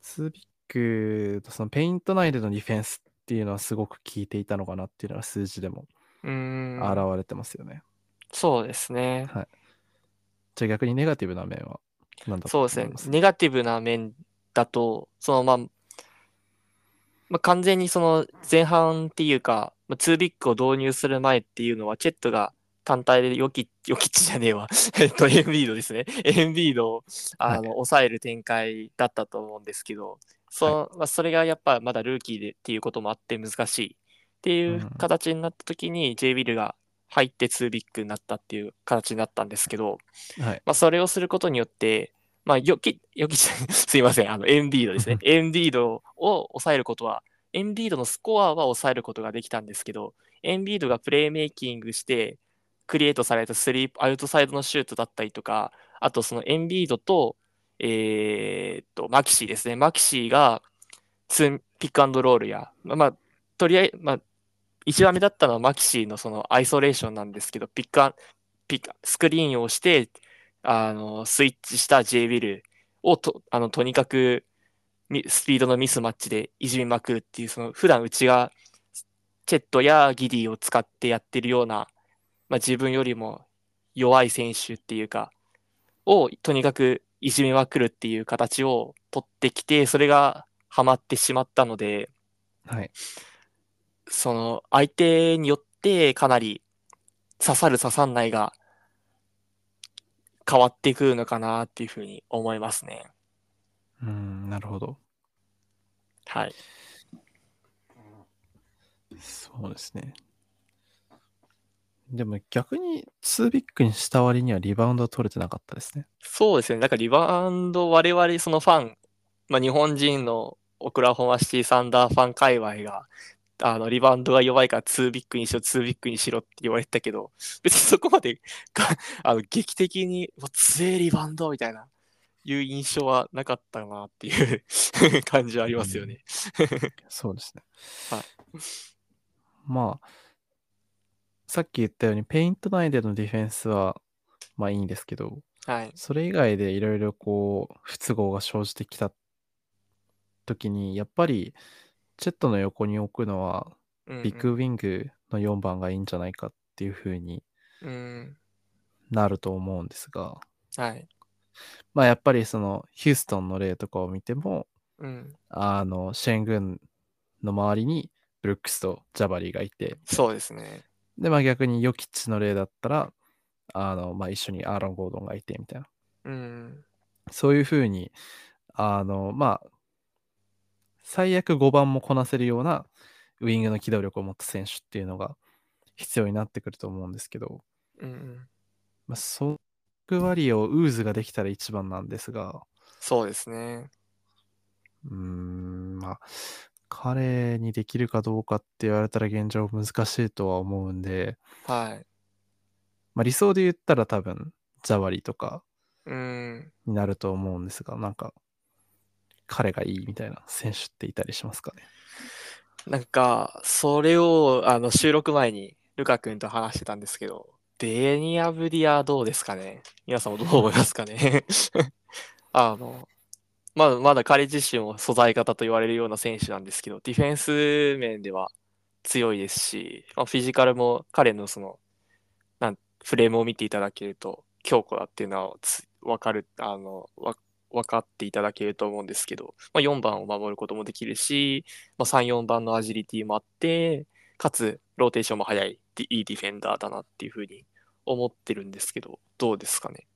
ツービックとそのペイント内でのディフェンスっていうのはすごく効いていたのかなっていうのは数字でも
うーん。
現れてますよね。
そうですね。
じゃあ逆にネガティブな面は何だと
そう
思
ですね
いま。す
ネガティブな面だと、そのまあ、まあ、完全にその前半っていうか、まあ、2ビッグを導入する前っていうのは、チェットが単体でヨキヨキッチじゃねえわ、 えっと、エンビードですね。エンビードをあ
はい
の抑える展開だったと思うんですけど、そのまあ、それがやっぱまだルーキーでっていうこともあって難しいってい
うん
う形になった時に、J ビルが入って2ビッグになったっていう形になったんですけど、
はい。
まあ、それをすることによって、まあ、よき、 よき、すいません、あの、エンビードですね。エンビードを抑えることは、エンビードのスコアは抑えることができたんですけど、エンビードがプレーメイキングして、クリエイトされたスリー、アウトサイドのシュートだったりとか、あとそのエンビードと、えーっと、マキシーですね。マキシーが、ツーピックアンドロールや、まあまあ、とりあえず、まあ、一番目だったのはマキシーのそのアイソレーションなんですけど、ピックアン、ピック、スクリーンをして、あの、スイッチした J ビルをと、あの、とにかくみ、スピードのミスマッチでいじめまくるっていう、その、普段うちが、チェットやギディを使ってやってるような、まあ、自分よりも弱い選手っていうか、をとにかくいじめまくるっていう形を取ってきて、それがハマってしまったので、
はい。
その相手によってかなり刺さる刺さんないが変わってくるのかなっていうふうに思いますね。
うん、なるほど。
はい。
そうですね。でも逆にツービックにした割にはリバウンドは取れてなかったですね。
そうですね。なんかリバウンド、我々そのファン、まあ、日本人のオクラホマシティサンダーファン界隈が、あのリバウンドが弱いから2ビッグにしろ、2ビッグにしろって言われてたけど、別にそこまで かあの劇的に、うわ強いリバウンドみたいな、いう印象はなかったなっていう 感じはありますよね。
そうですね。
はい
まあ、さっき言ったように、ペイント内でのディフェンスは、まあいいんですけど、
はい。
それ以外でいろいろこう、不都合が生じてきた時に、やっぱり、チェットの横に置くのは、
うん
ビッグウィングの4番がいいんじゃないかっていう風に
うん。
なると思うんですが、
はい。
まあやっぱりその、ヒューストンの例とかを見ても、
うん。
あの、シェングンの周りに、ブルックスとジャバリーがいて、
そうですね。
で、まあ逆にヨキッチの例だったら、あの、まあ一緒にアーロン・ゴードンがいてみたいな。
うん。
そういうふうに、あの、まあ、最悪5番もこなせるようなウイングの機動力を持った選手っていうのが必要になってくると思うんですけど、
うん。
まあ、その割をウーズができたら一番なんですが、
そうですね。
うーん、まあ、彼にできるかどうかって言われたら現状難しいとは思うんで、
はい。
まあ理想で言ったら多分、ジャワリとか、
うん。
になると思うんですが、なんか、彼がいいみたいな選手っていたりしますかね。
なんか、それを、あの、収録前に、ルカ君と話してたんですけど、デニアブディアどうですかね皆さんもどう思いますかね あの、まあ、まだ彼自身も素材型と言われるような選手なんですけど、ディフェンス面では強いですし、まあ、フィジカルも彼のその、なん、フレームを見ていただけると強固だっていうのはつ、わかる、あの、わ、分かっていただけると思うんですけど、まあ、4番を守ることもできるし、まあ、3、4番のアジリティもあって、かつローテーションも早い、いいディフェンダーだなっていうふうに思ってるんですけど、どうですかね。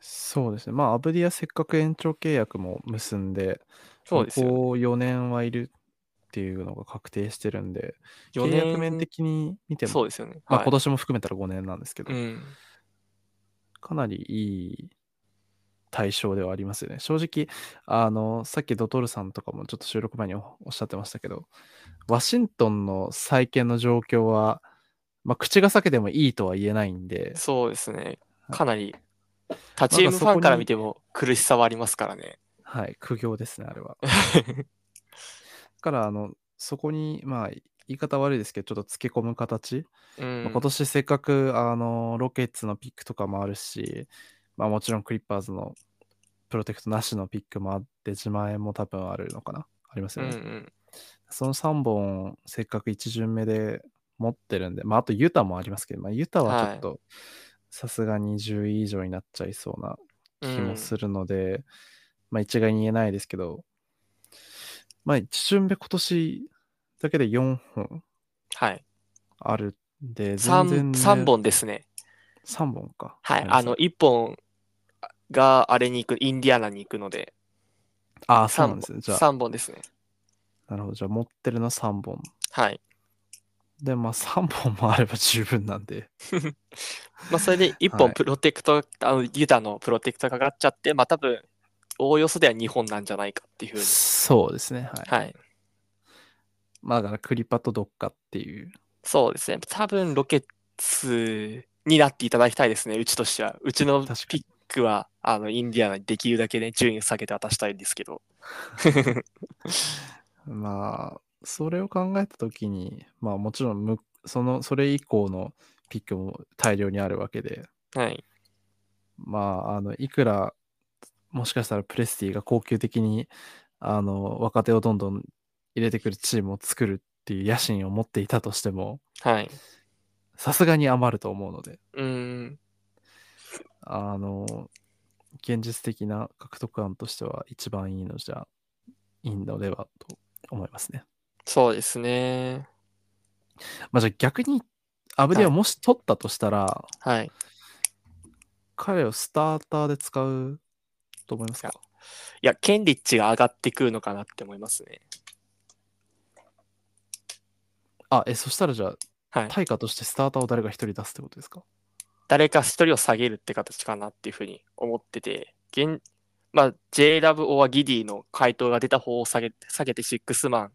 そうですね、まあ、アブディはせっかく延長契約も結んで、
そうですよね
ここ4年はいるっていうのが確定してるんで、
4
契
年
約面的に見ても、
そうですよね。
まあ、
はい
今年も含めたら5年なんですけど、
うん。
かなりいい対象ではありますよね。正直、あの、さっきドトルさんとかもちょっと収録前におおっしゃってましたけど、ワシントンの再建の状況は、まあ、口が裂けてもいいとは言えないんで、
そうですね。
はい
かなり、他チームファンから見ても苦しさはありますか らね。
はい、苦行ですね、あれは。だから、あの、そこに、まあ、言い方悪いですけど、ちょっとつけ込む形、
うん
まあ今年せっかくあのロケッツのピックとかもあるし、まあ、もちろんクリッパーズのプロテクトなしのピックもあって自前も多分あるのかなあります
う
よ
んう
ね、
ん。
その3本せっかく1巡目で持ってるんで、まあ、あとユタもありますけど、まあ、ユタはちょっとさすがに10位以上になっちゃいそうな気もするので、まあ一概に言えないですけど、まあ1巡目今年だけで4本
はい。
あるんで、全然
三
ね
三本ですね。
3本か。
はい。
ごめんな
あ
さ
の、1本があれに行く、インディアナに行くので、
ああ、そうな
3
ん
本
ですね。じゃあ、
三本ですね。
なるほど。じゃあ、持ってるの3本。
はい。
で、まあ、3本もあれば十分なんで。
まあ、それで1本
はい
プロテクト、あの、ユダのプロテクトかかっちゃって、まあ、多分、おおよそでは2本なんじゃないかっていうふうに。
そうですね。はい。
はい。
まあ、だから、クリパとどっかっていう。
そうですね。多分、ロケッツになっていただきたいですね、うちとしては。うち
確
の
かに
ピックは、あの、インディアナにできるだけね、順位を下げて渡したいんですけど。
まあ、それを考えたときに、まあ、もちろんむ、その、それ以降のピックも大量にあるわけで、
はい。
まあ、あの、いくら、もしかしたらプレスティが恒久的に、あの、若手をどんどん入れてくるチームを作るっていう野心を持っていたとしても、
はい。
さすがに余ると思うので。
うーん。
あの、現実的な獲得案としては一番いいのじゃ、いいのではと思いますね。
そうですね。
まあ、じゃあ逆に、アブディはもし取ったとしたら、
はい。
彼をスターターで使うと思いますか
いや、ケンリッチが上がってくるのかなって思いますね。
あ、え、そしたらじゃあ、
はい。
対価としてスターターを誰か一人出すってことですか
誰か一人を下げるって形かなっていうふうに思ってて、現まあ、J ラブ・オア・ギディの回答が出た方を下げ下げて6マン、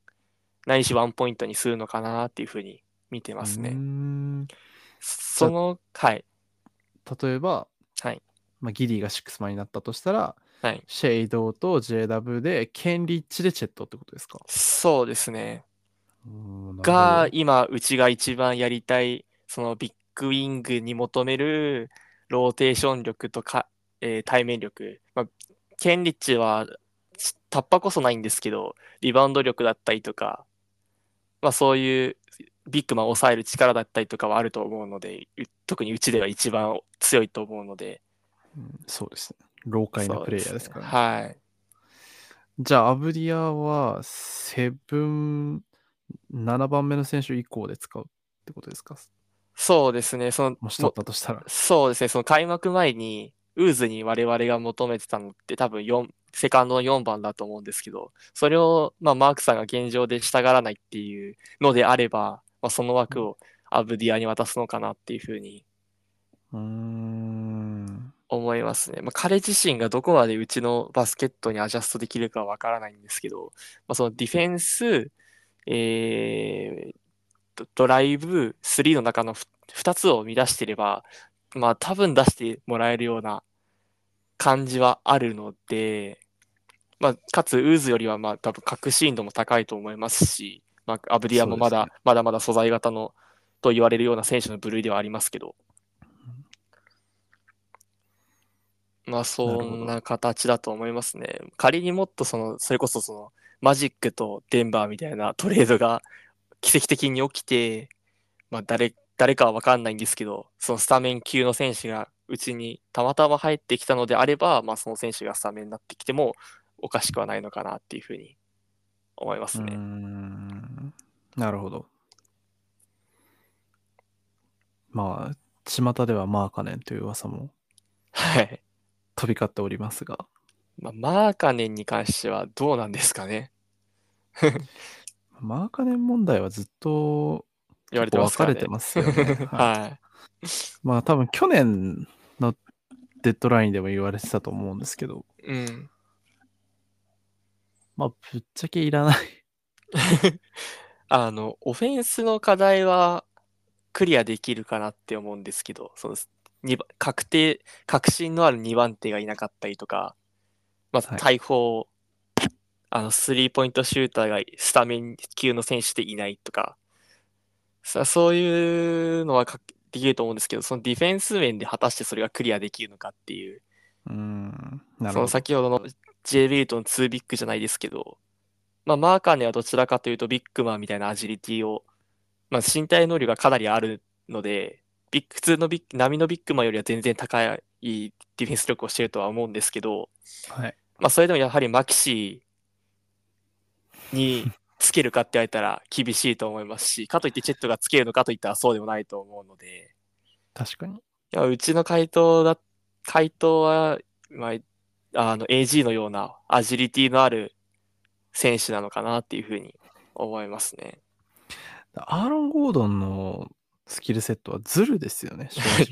ないしワンポイントにするのかなっていうふうに見てます
うー
ね。
ん
その、はい、
例えば、
はい、
まあ、ギリーが6枚になったとしたら、
はい。
シェイドーと JW で、ケンリッチでチェットってことですか
そうですね。
うーんなるほど
が、今、うちが一番やりたい、そのビッグウィングに求めるローテーション力とか、えー対面力。まあ、ケンリッチは、しタッパこそないんですけど、リバウンド力だったりとか、まあそういうビッグマンを抑える力だったりとかはあると思うので、う特にうちでは一番強いと思うので、
うんそうですね。老快な
そう
プレイヤーですから、ね。
はい。
じゃあ、アブディアは、セブン、7番目の選手以降で使うってことですか
そうですね、その、
もし取ったとしたら。
そうですね、その開幕前に、ウーズに我々が求めてたのって多分4、セカンドの4番だと思うんですけど、それを、まあ、マークさんが現状で従らないっていうのであれば、まあ、その枠をアブディアに渡すのかなっていうふうに
うーん。
思いますね。まあ、彼自身がどこまでうちのバスケットにアジャストできるかはわからないんですけど、まあ、そのディフェンス、えードドライブ、スリーの中のふ2つを乱していれば、まあ多分出してもらえるような感じはあるので、まあ、かつウーズよりはまあ多分確信度も高いと思いますし、まあ、アブディアもま
そう
だ、
で
まだまだ素材型のと言われるような選手の部類ではありますけど、まあ
るほ
そ
ど
んな形だと思いますね。仮にもっとその、それこそその、マジックとデンバーみたいなトレードが奇跡的に起きて、まあ誰誰かは分かんないんですけど、そのスタメン級の選手がうちにたまたま入ってきたのであれば、まあ、その選手がスタメンになってきてもおかしくはないのかなっていうふうに思います
うー
ね。
んなるほど。まあ、巷ではマーカネンという噂も
はい。
飛び交っておりますが、
まあ、マーカネンに関してはどうなんですかね
マーカネン問題はずっと
言われてますからね。。
分かれてますよねはい
はい。
まあ、多分去年のデッドラインでも言われてたと思うんですけど、
うん。
まあ、ぶっちゃけいらない。
あの、オフェンスの課題はクリアできるかなって思うんですけど、その二番確定、確信のある2番手がいなかったりとか、まず
はい
大砲、あの、スリーポイントシューターがスタメン級の選手でいないとか、さそういうのはかできると思うんですけど、そのディフェンス面で果たしてそれがクリアできるのかっていう
うーん、なるほ
その
ど。
先ほどの J ビルトの2ビッグじゃないですけど、まあ、マーカーネはどちらかというとビッグマンみたいなアジリティを、まあ、身体能力がかなりあるので、ビッグ普通のビッグ並みのビッグマンよりは全然高いディフェンス力をしてるとは思うんですけど、
はい。
まあ、それでもやはりマキシーにつけるかって言われたら厳しいと思いますし、かといってチェットがつけるのかといったらそうでもないと思うので。
確かに。
いや、うちの回答だ、回答は、まあ、あの、AG のようなアジリティのある選手なのかなっていうふうに思いますね。
アーロン・ゴードンのスキルセットはズルですよね、正直。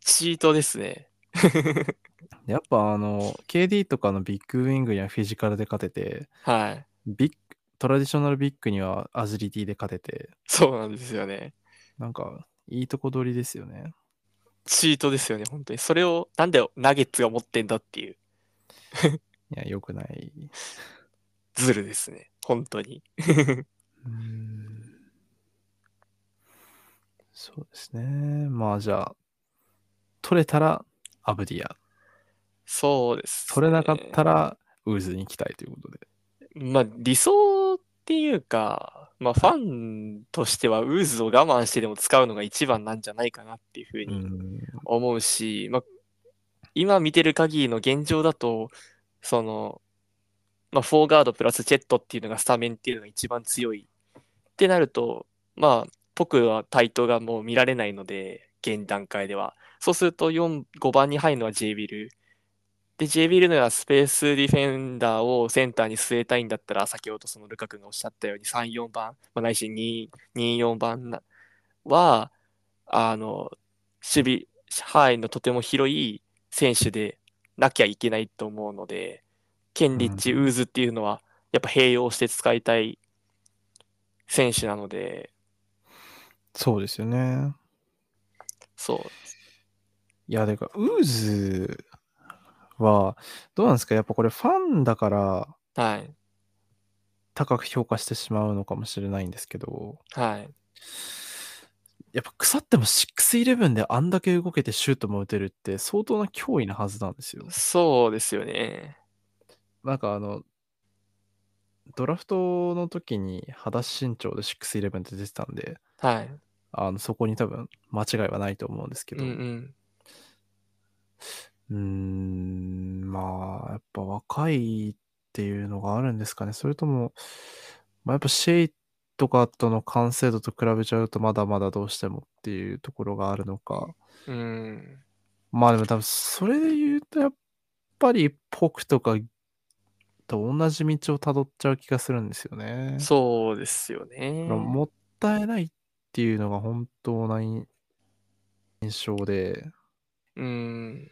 チートですね。
やっぱあの、KD とかのビッグウィングにはフィジカルで勝てて、
はい。
ビッグ、トラディショナルビッグにはアジリティで勝てて、
そうなんですよね。
なんか、いいとこ取りですよね。
チートですよね、本当に。それを、なんでナゲッツが持ってんだっていう、
いや、良くない。
ズルですね。本当に。
うーんそうですね。まあじゃあ、取れたらアブディア、
そうです
取れなかっ
ね
たらウーズに行きたいということで。
まあ理想っていうか、まあファンとしてはウーズを我慢してでも使うのが一番なんじゃないかなっていうふう
う
に
ん
思うし、まあ、今見てる限りの現状だと、その、まあ、4ガードプラスチェットっていうのがスタメンっていうのが一番強いってなると、まあ、ポクは対等がもう見られないので、現段階では。そうすると4、5番に入るのは J ビル。で、J ビルのようなスペースディフェンダーをセンターに据えたいんだったら、先ほどそのルカ君がおっしゃったように3、4番、まあ、ないし2、2、4番なは、あの、守備範囲のとても広い選手でなきゃいけないと思うので、ケンリッチ、
う
ウーズっていうのは、やっぱ併用して使いたい選手なので、
そうですよね。
そう、
いや、だから、ウーズは、どうなんですかやっぱこれファンだから
はい、
高く評価してしまうのかもしれないんですけど、
はい、
やっぱ腐っても6-11であんだけ動けてシュートも打てるって相当な脅威なはずなんですよ。
そうですよね。
なんかあの、ドラフトの時に裸足身長で6-11って出てたんで、
はい、
あのそこに多分間違いはないと思うんですけ
う
ど、
んう、
うんーん、まあ、やっぱ若いっていうのがあるんですかね。それとも、まあ、やっぱシェイとかとの完成度と比べちゃうとまだまだどうしてもっていうところがあるのか、
うん、
まあでも多分それで言うとやっぱりポクとかと同じ道をたどっちゃう気がするんですよね。
そうですよね。
もったいないっていうのが本当な印象で、
うん。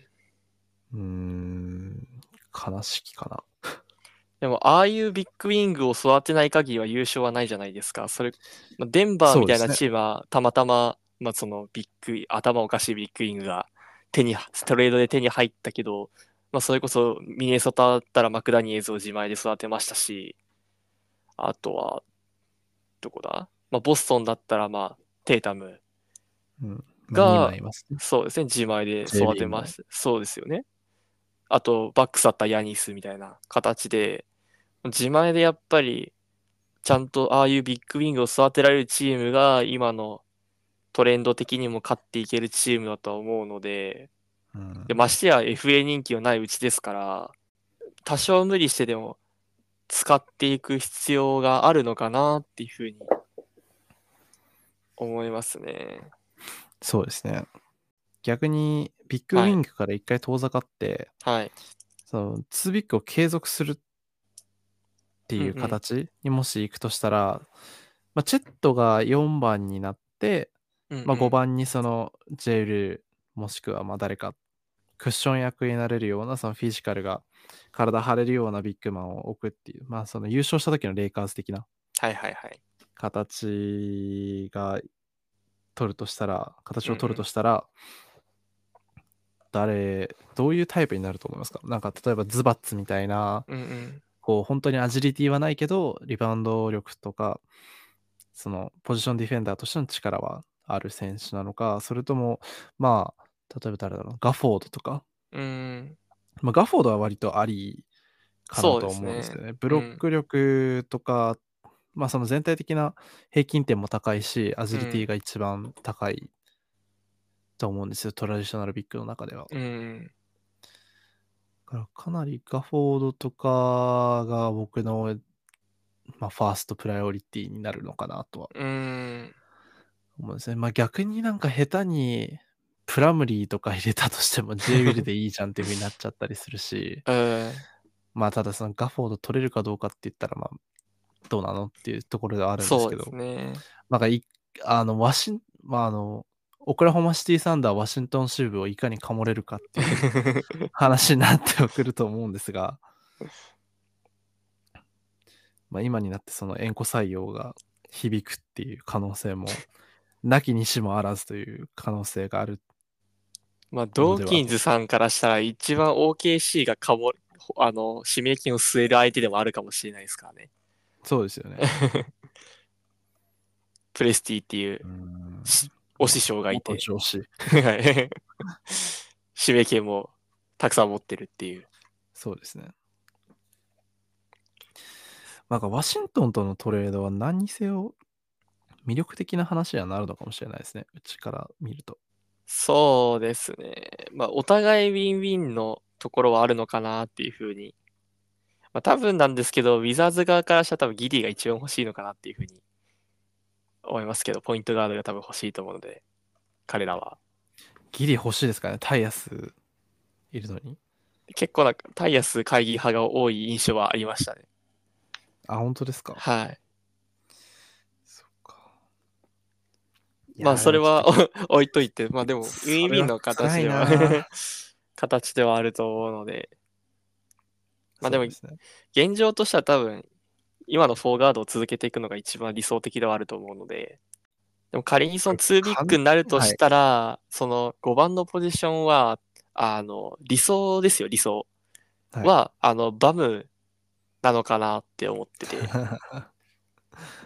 うーん、悲しきか
でも、ああいうビッグウィングを育てない限りは優勝はないじゃないですか。それ、まあデンバーみたい
そう
な
です
チームは、たまたま、まあ、そのビッグ、頭おかしいビッグウィングが手に、トレードで手に入ったけど、まあ、それこそミネソタだったらマクダニエルズを自前で育てましたし、あとは、どこだまあ、ボストンだったら、まあ、テイタム、
な。
が
にはいますね。
そうですね、自前で
J リーグ
育てました。そうですよね。あと、バックスだったヤニスみたいな形で、自前でやっぱり、ちゃんとああいうビッグウィングを育てられるチームが、今のトレンド的にも勝っていけるチームだとは思うので、
うん
でましてや FA 人気のないうちですから、多少無理してでも使っていく必要があるのかなっていうふうに思いますね。
そうですね。逆に、ビッグウィングから一回遠ざかって、
はい。
その2ビッグを継続するっていう
うんうん
形にもし行くとしたら、まあ、チェットが4番になって、
うんうん
まあ、5番にその J ルーもしくはまあ誰かクッション役になれるようなそのフィジカルが体張れるようなビッグマンを置くっていう、まあ、その優勝した時のレイカーズ的な
はいはいはい。
形が取るとしたら形を取る
うんう
としたら、誰どういうタイプになると思いますかなんか例えばズバッツみたいな
うんうん。
こう本当にアジリティはないけどリバウンド力とかそのポジションディフェンダーとしての力はある選手なのかそれともまあ例えば誰だろうガフォードとか、
うん。
まあ、ガフォードは割とありかな
そう
と
です
思
ね
うんですけどねブロック力とか、まあその全体的な平均点も高いしアジリティが一番高いと思うんですよ、トラディショナルビッグの中では。
うん。
だからかなりガフォードとかが僕の、まあ、ファーストプライオリティになるのかなとは
うん。
思うんですね。まあ逆になんか下手にプラムリーとか入れたとしても J ウィルでいいじゃんっていう風になっちゃったりするし、
うん。
まあただそのガフォード取れるかどうかって言ったらまあどうなのっていうところではあるんです
そう
け
で
ど
す、ね。
なんかいあのワシン、まああの、オクラホマシティサンダーワシントン支部をいかにかもれるかっていう 話になってはくると思うんですが、まあ、今になってその縁故採用が響くっていう可能性も、なきにしもあらずという可能性がある。
まあ、ドーキンズさんからしたら一番 OKC がかも、あの、指名金を据える相手でもあるかもしれないですからね。
そうです よね。
プレスティっていう
うん
お師匠がいて
元、上司。
はい指名権もたくさん持ってるっていう。
そうですね。なんかワシントンとのトレードは何にせよ魅力的な話にはなるのかもしれないですね。うちから見ると。
そうですね。まあ、お互いウィンウィンのところはあるのかなっていうふうに。まあ、多分なんですけど、ウィザーズ側からしたら多分ギディが一番欲しいのかなっていうふうに思いますけど、ポイントガードが多分欲しいと思うので、彼らは。
ギリ欲しいですかね。タイヤスいるのに。
結構なんか、タイヤス会議派が多い印象はありましたね。
あ、本当ですか。
はい。
そっか。
まあ、それは
ちょっ
お置いといて、まあでも、ウ
そ
ィンウ
れ
ィ
は
ンの形では
辛いな、
形ではあると思うので、
と
まあでも
そうすね
現状としては多分、今の4ガードを続けていくのが一番理想的ではあると思うので、でも仮にその2ビッグになるとしたら、その5番のポジションは、あの、理想ですよ、理想
はい
は、あの、バムなのかなって思 ってて、まあ、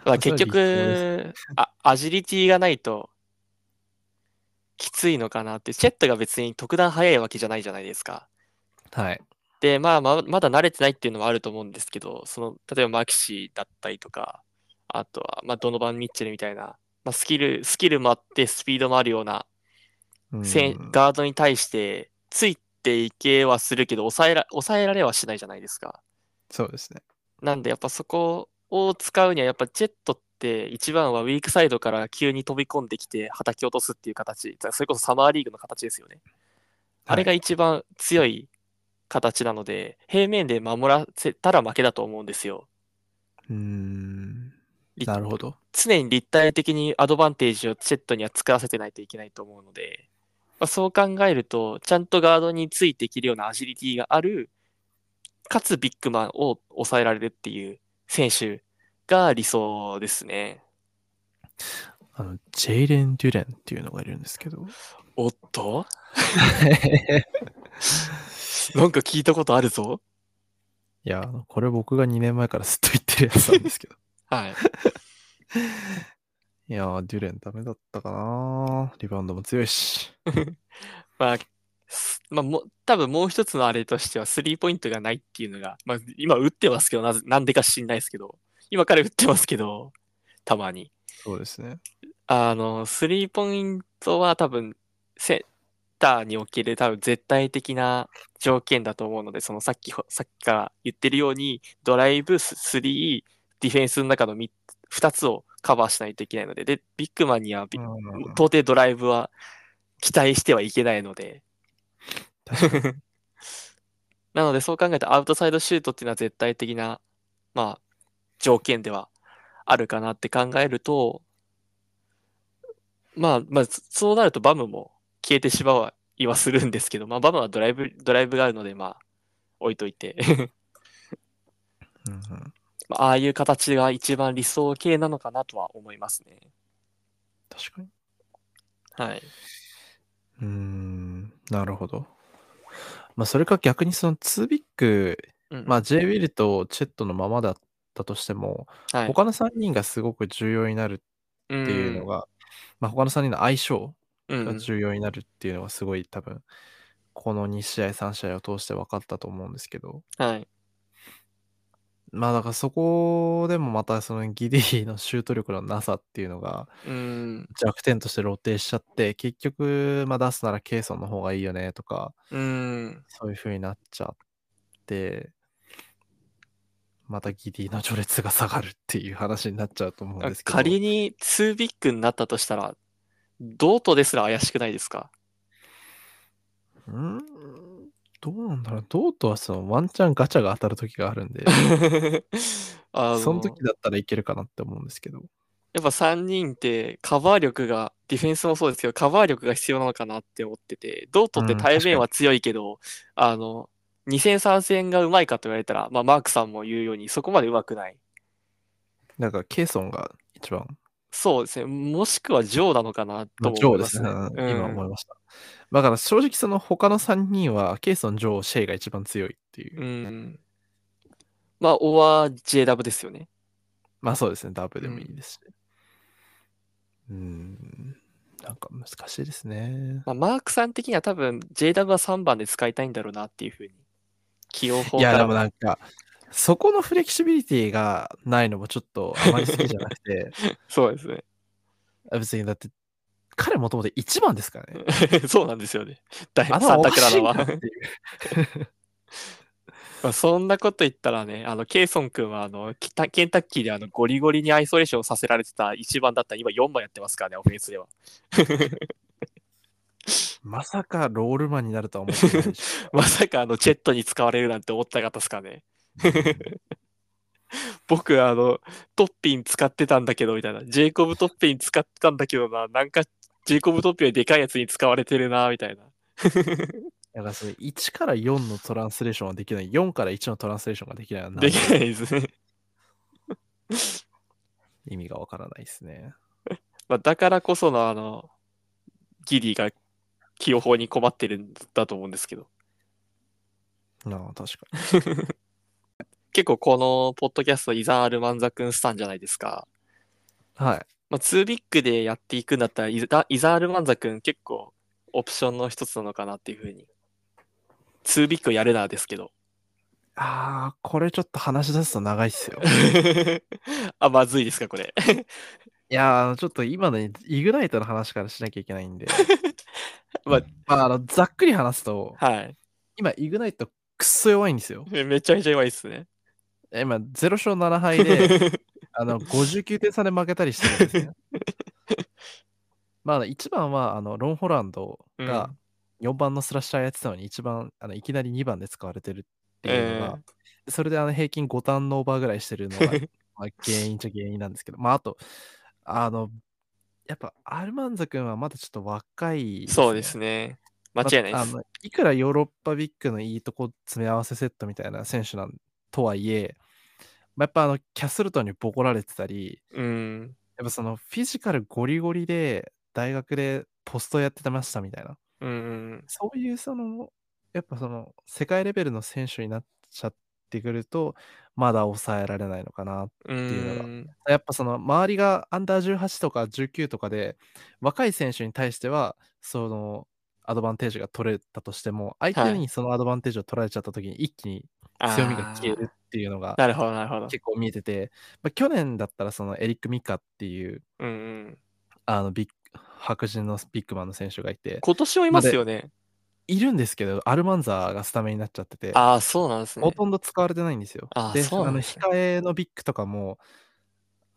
それは
結
理想
局あ、アジリティがないと、きついのかなって、チェットが別に特段速いわけじゃないじゃないですか。
はい。
で、まあ、ままだ慣れてないっていうのもあると思うんですけど、その、例えばマキシーだったりとか、あとは、まあ、ドノバン・ミッチェルみたいな、まあ、スキル、スキルもあって、スピードもあるような、
うん
せんガードに対して、ついていけはするけど、抑えら、抑えられはしないじゃないですか。
そうですね。
なんで、やっぱそこを使うには、やっぱジェットって、一番はウィークサイドから急に飛び込んできて、叩き落とすっていう形、それこそサマーリーグの形ですよね。あれが
はい
一番強い形なので、平面で守らせたら負けだと思うんですよ。
うーん。
り
なるほど。
常に立体的にアドバンテージをチェットには作らせてないといけないと思うので、まあ、そう考えると、ちゃんとガードについていけるようなアジリティがある、かつビッグマンを抑えられるっていう選手が理想ですね。
あの、ジェイレン・デュレンっていうのがいるんですけ ど。
おっとなんか聞いたことあるぞ。
いや、あのこれ僕が2年前からずっと言ってるやつなんですけど。
はい。
いやー、デュレンダメだったかなリバウンドも強いし。
まあ、すまあ、も、多分もう一つのあれとしては、スリーポイントがないっていうのが、まあ、今打ってますけど、なぜ、なんでか知んないですけど、今彼打ってますけど、たまに。
そうですね。
あの、スリーポイントは多分、センターにおける多分絶対的な条件だと思うので、そのさっきほ、さっきから言ってるように、ドライブ、ススリー、ディフェンスの中のみ2つをカバーしないといけないので、で、ビッグマンにはビ、
うん
到底ドライブは期待してはいけないので。 なのでそう考えたらアウトサイドシュートっていうのは絶対的な、まあ、条件ではあるかなって考えると、まあ、まあ、そそうなるとバムも消えてしまう気はするんですけど、まあ、バムはドライブ、ドライブがあるので、まあ、置いといて。
うんうん
まあああいう形が一番理想系なのかなとは思いますね。
確かに。
はい。
うーん、なるほど。まあ、それか逆にその2ビッグ、
うん
まあ、J ウィルとチェットのままだったとしても、
はい、
他の3人がすごく重要になる
て
っていうの、が、まあ、他の3人の相性
うん
が重要になるっていうのがすごい多分、この2試合、3試合を通して分かったと思うんですけど、
はい。
まあだからそこでもまたそのギディのシュート力のなさっていうのが
うん。
弱点として露呈しちゃって結局まあ出すならケイソンの方がいいよねとか
うん。
そういう風になっちゃってまたギディの序列が下がるっていう話になっちゃうと思うんですけど
仮に2ビッグになったとしたら、ドートですら怪しくないですか
うんどうなんだろうどうとはそのワンチャンガチャが当たる時があるんで
あの
その時だったらいけるかなって思うんですけど
やっぱ3人ってカバー力が、ディフェンスもそうですけど、カバー力が必要なのかなって思ってて、ドートって
うん
対面は強いけど、あの、2戦3戦がうまいかと言われたら、まあ、マークさんも言うように、そこまでうまくない。
なんかケイソンが一番
そうですね。もしくはジョーなのかなと
まあ
も
ジョー
思い
で
ますす
ね。う
ね。
ん今思
う
い
ん
ました。だから正直その他の3人は、ケイソン、ジョー、シェイが一番強いっていう。
うん。まあ、オア JW ですよね。
まあそうですね、ダブでもいいですし。うーん、なんか難しいですね。
まあ、マークさん的には多分 JW は3番で使いたいんだろうなっていうふうに。起用法
いや、
から
でもなんか、そこのフレキシビリティがないのもちょっとあまり好きじゃなくて、
そうですね。
別にだって、彼もともと1番ですからね。
そうなんですよね。だい
あの
サン
お
タ
か
クラ
しい
ラ
な
は
っ。ていう
まあ、そんなこと言ったらね、あの、ケイソン君は、あの、キタケンタッキーであの、ゴリゴリにアイソレーションさせられてた1番だったら、今4番やってますからね、オフェンスでは。
まさかロールマンになるとは思ってないでしょ。
まさか、あの、チェットに使われるなんて思ってなかったですからね。 僕、あの、トッピン使ってたんだけど、みたいな。ジェイコブトッピン使ってたんだけどな、なんか、ジェイコブトッピンはでかいやつに使われてるな、みたいな。
だからそれ1から4のトランスレーションはできない、4から1のトランスレーションができないのはなん
で
で
きないですね。
意味がわからないですね。
まあ、だからこその、あの、ギリが起用法に困ってるんだと思うんですけど。
なあ、確かに。
結構このポッドキャストイザン・アルマンザ君スタンじゃないですか。
はい。
まあ、2ビッグでやっていくんだったらイザ、イザン・アルマンザ君結構オプションの一つなのかなっていうふうに。2ビッグをやるならですけど。
ああ、これちょっと話し出すと長いっす よ。
あ、まずいですか、これ。。
いやーあの、ちょっと今のイグナイトの話からしなきゃいけないんで
まあ、
まあ、あの、ざっくり話すと、
はい。
今、イグナイトくっそ弱いんですよ。
めちゃめちゃ弱いですね。
今、0勝7敗 で、あの、59点差で負けたりしてるんですね。まああの、一番は、あの、ロン・ホランドが4番のスラッシャーやってたのに、一番、あの、いきなり2番で使われてるっていうのが、それであの平均5ターンオーバーぐらいしてる のがまあ原因っちゃ原因なんですけど、まああと、あの、やっぱアルマンザ君はまだちょっと若い、
そうですね。間
ま
違いないで
あ
す。
のいくらヨーロッパビッグのいいとこ詰め合わせセットみたいな選手なんとはいえ、まあ、やっぱあのキャスルトンにボコられてたり、
うん。
やっぱそのフィジカルゴリゴリで大学でポストやってましたみたいな、
うん。
そういうその、やっぱその世界レベルの選手になっちゃってくると、まだ抑えられないのかな
う
いうのが
ん。
やっぱその周りがアンダー18とか19とかで若い選手に対してはそのアドバンテージが取れたとしても相手にそのアドバンテージを取られちゃった時に一気に強みが消え
あー
るっていうのが
なるほど、なるほど。
結構見えてて、まあ、去年だったらそのエリック・ミカっていう
うんうん。
あのビッ白人のビッグマンの選手がいて、
今年もいますよね。
いるんですけど、アルマンザーがスタメンになっちゃってて、
ああ、そうなんですね
ほ。とんど使われてないんですよ。
あ
で、
そう
あ
なん
の
ですね
控えのビッグとかも、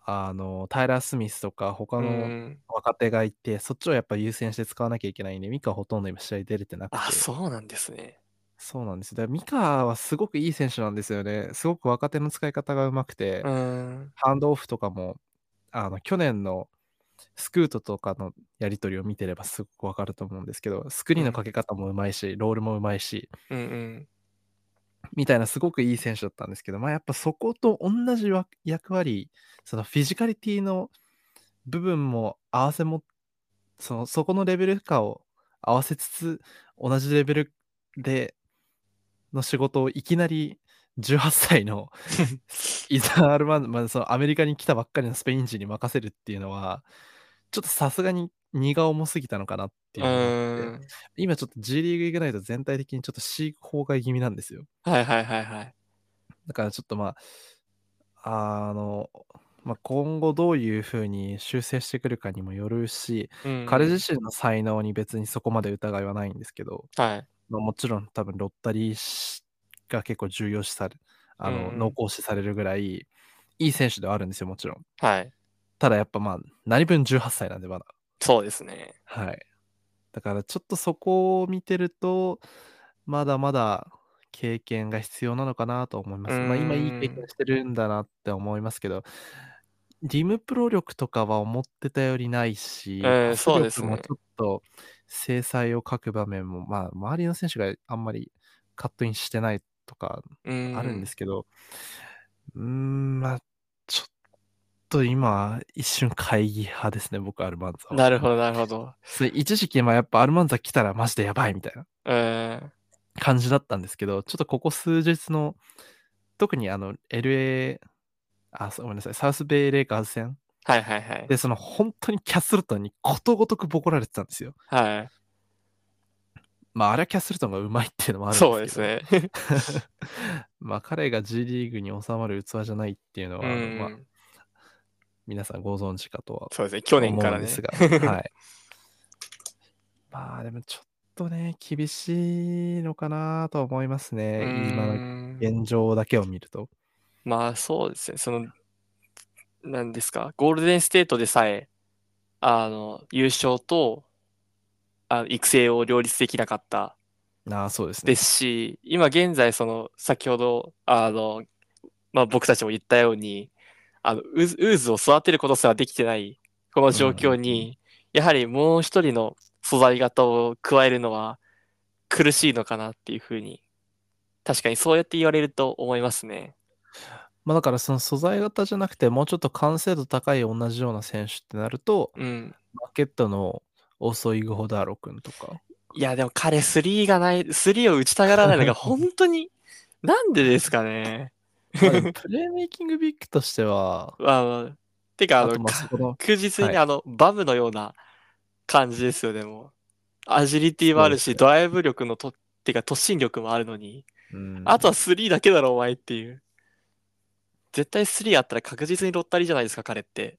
あのタイラー・スミスとか、他
う
の
ん。
若手がいて、そっちをやっぱ優先して使わなきゃいけないんで、ミカはほとんど今試合出れてなくて、
あ、そうなんですね。
そうなんですよ。だからミカはすごくいい選手なんですよね。すごく若手の使い方がうまくて、
うん。
ハンドオフとかも、あの、去年のスクートとかのやり取りを見てればすごくわかると思うんですけど、スクリーンのかけ方もうまいし、ロールもうまいし、
うんうん。
みたいなすごくいい選手だったんですけど、まあやっぱそこと同じわ役割、そのフィジカリティの部分も合わせも、そのそこのレベル化を合わせつつ、同じレベルでの仕事をいきなり18歳 のイザー・アルマン、まあ、そのアメリカに来たばっかりのスペイン人に任せるっていうのは、ちょっとさすがに荷が重すぎたのかなっていう
う
のがあって
ん。
今ちょっと G リーグ行けないと全体的にちょっと C 崩壊気味なんですよ。
はいはいはいはい。
だからちょっとまあ、あの、まあ、今後どういうふうに修正してくるかにもよるし、
うん
彼自身の才能に別にそこまで疑いはないんですけど、
はい。
まあ、もちろん多分ロッタリーしが結構重要視され、あの、
うんうん
濃厚視されるぐらい、いい選手ではあるんですよ、もちろん。
はい。
ただやっぱまあ、何分18歳なんでまだ。
そうですね。
はい。だからちょっとそこを見てると、まだまだ経験が必要なのかなと思います。まあ今いい経
うー
験してるんだなって思いますけど、リムプロ力とかは思ってたよりないし、
えー
パス
そうですね
力もちょっと制裁を書く場面も、まあ周りの選手があんまりカットインしてないとか
うん。
あるんですけど、うーん、まあちょっと今一瞬会議派ですね、僕アルマンザは。
なるほどなるほど。
それ一時期、まあやっぱアルマンザ来たらマジでやばいみたいな
うん。
感じだったんですけど、ちょっとここ数日の、特にあの、LA、あ、そうごめんなさい、サウスベイレイカーズ戦
はいはいはい。
で、その本当にキャスルトンにことごとくボコられてたんですよ。
は
まあ、あれはキャスルトンがうまいっていうのもあ
い。
るんですけど。
そうですね。
まあ、彼が G リーグに収まる器じゃないっていうの
う
は、あのまあ、
ん。
皆さんご存知かとは
そうですね。去年から
思うん
ね
で。すが、はい。 まあ、でもちょっとね、厳しいのかなとは思います
う
ね。今の
ん。
現状だけを見ると。
まあそうですね、その、なんですか、ゴールデンステートでさえ、あの、優勝と、あの育成を両立できなかった
ああ、そうですね。
ですし、今現在、その、先ほど、あの、まあ僕たちも言ったように、あの、ウーズウーズを育てることすらできてない、この状
う
況
んうん
に、やはりもう一人の素材型を加えるのは苦しいのかなっていうふうに、確かにそうやって言われると思いますね。
まあ、だからその素材型じゃなくて、もうちょっと完成度高い同じような選手ってなると、
うん。
マーケットの遅いグホダーロ君と か。
いや、でも彼3がない、3を打ちたがらないのが本当に、なんでですかね。、
まあでもプレーメイキングビッグとしては
あの、てか、あ
あ
の、
とまあ
か
そこの、
確実にね
は
あの、バムのような感じですよね、もう。アジリティもあ
そ
る
う
し、
ですね
ドライブ力のと、てか、突進力もあるのに、
うん
あとは3だけだろ、お前っていう。絶対3あったら確実にロッタリーじゃないですか、彼って。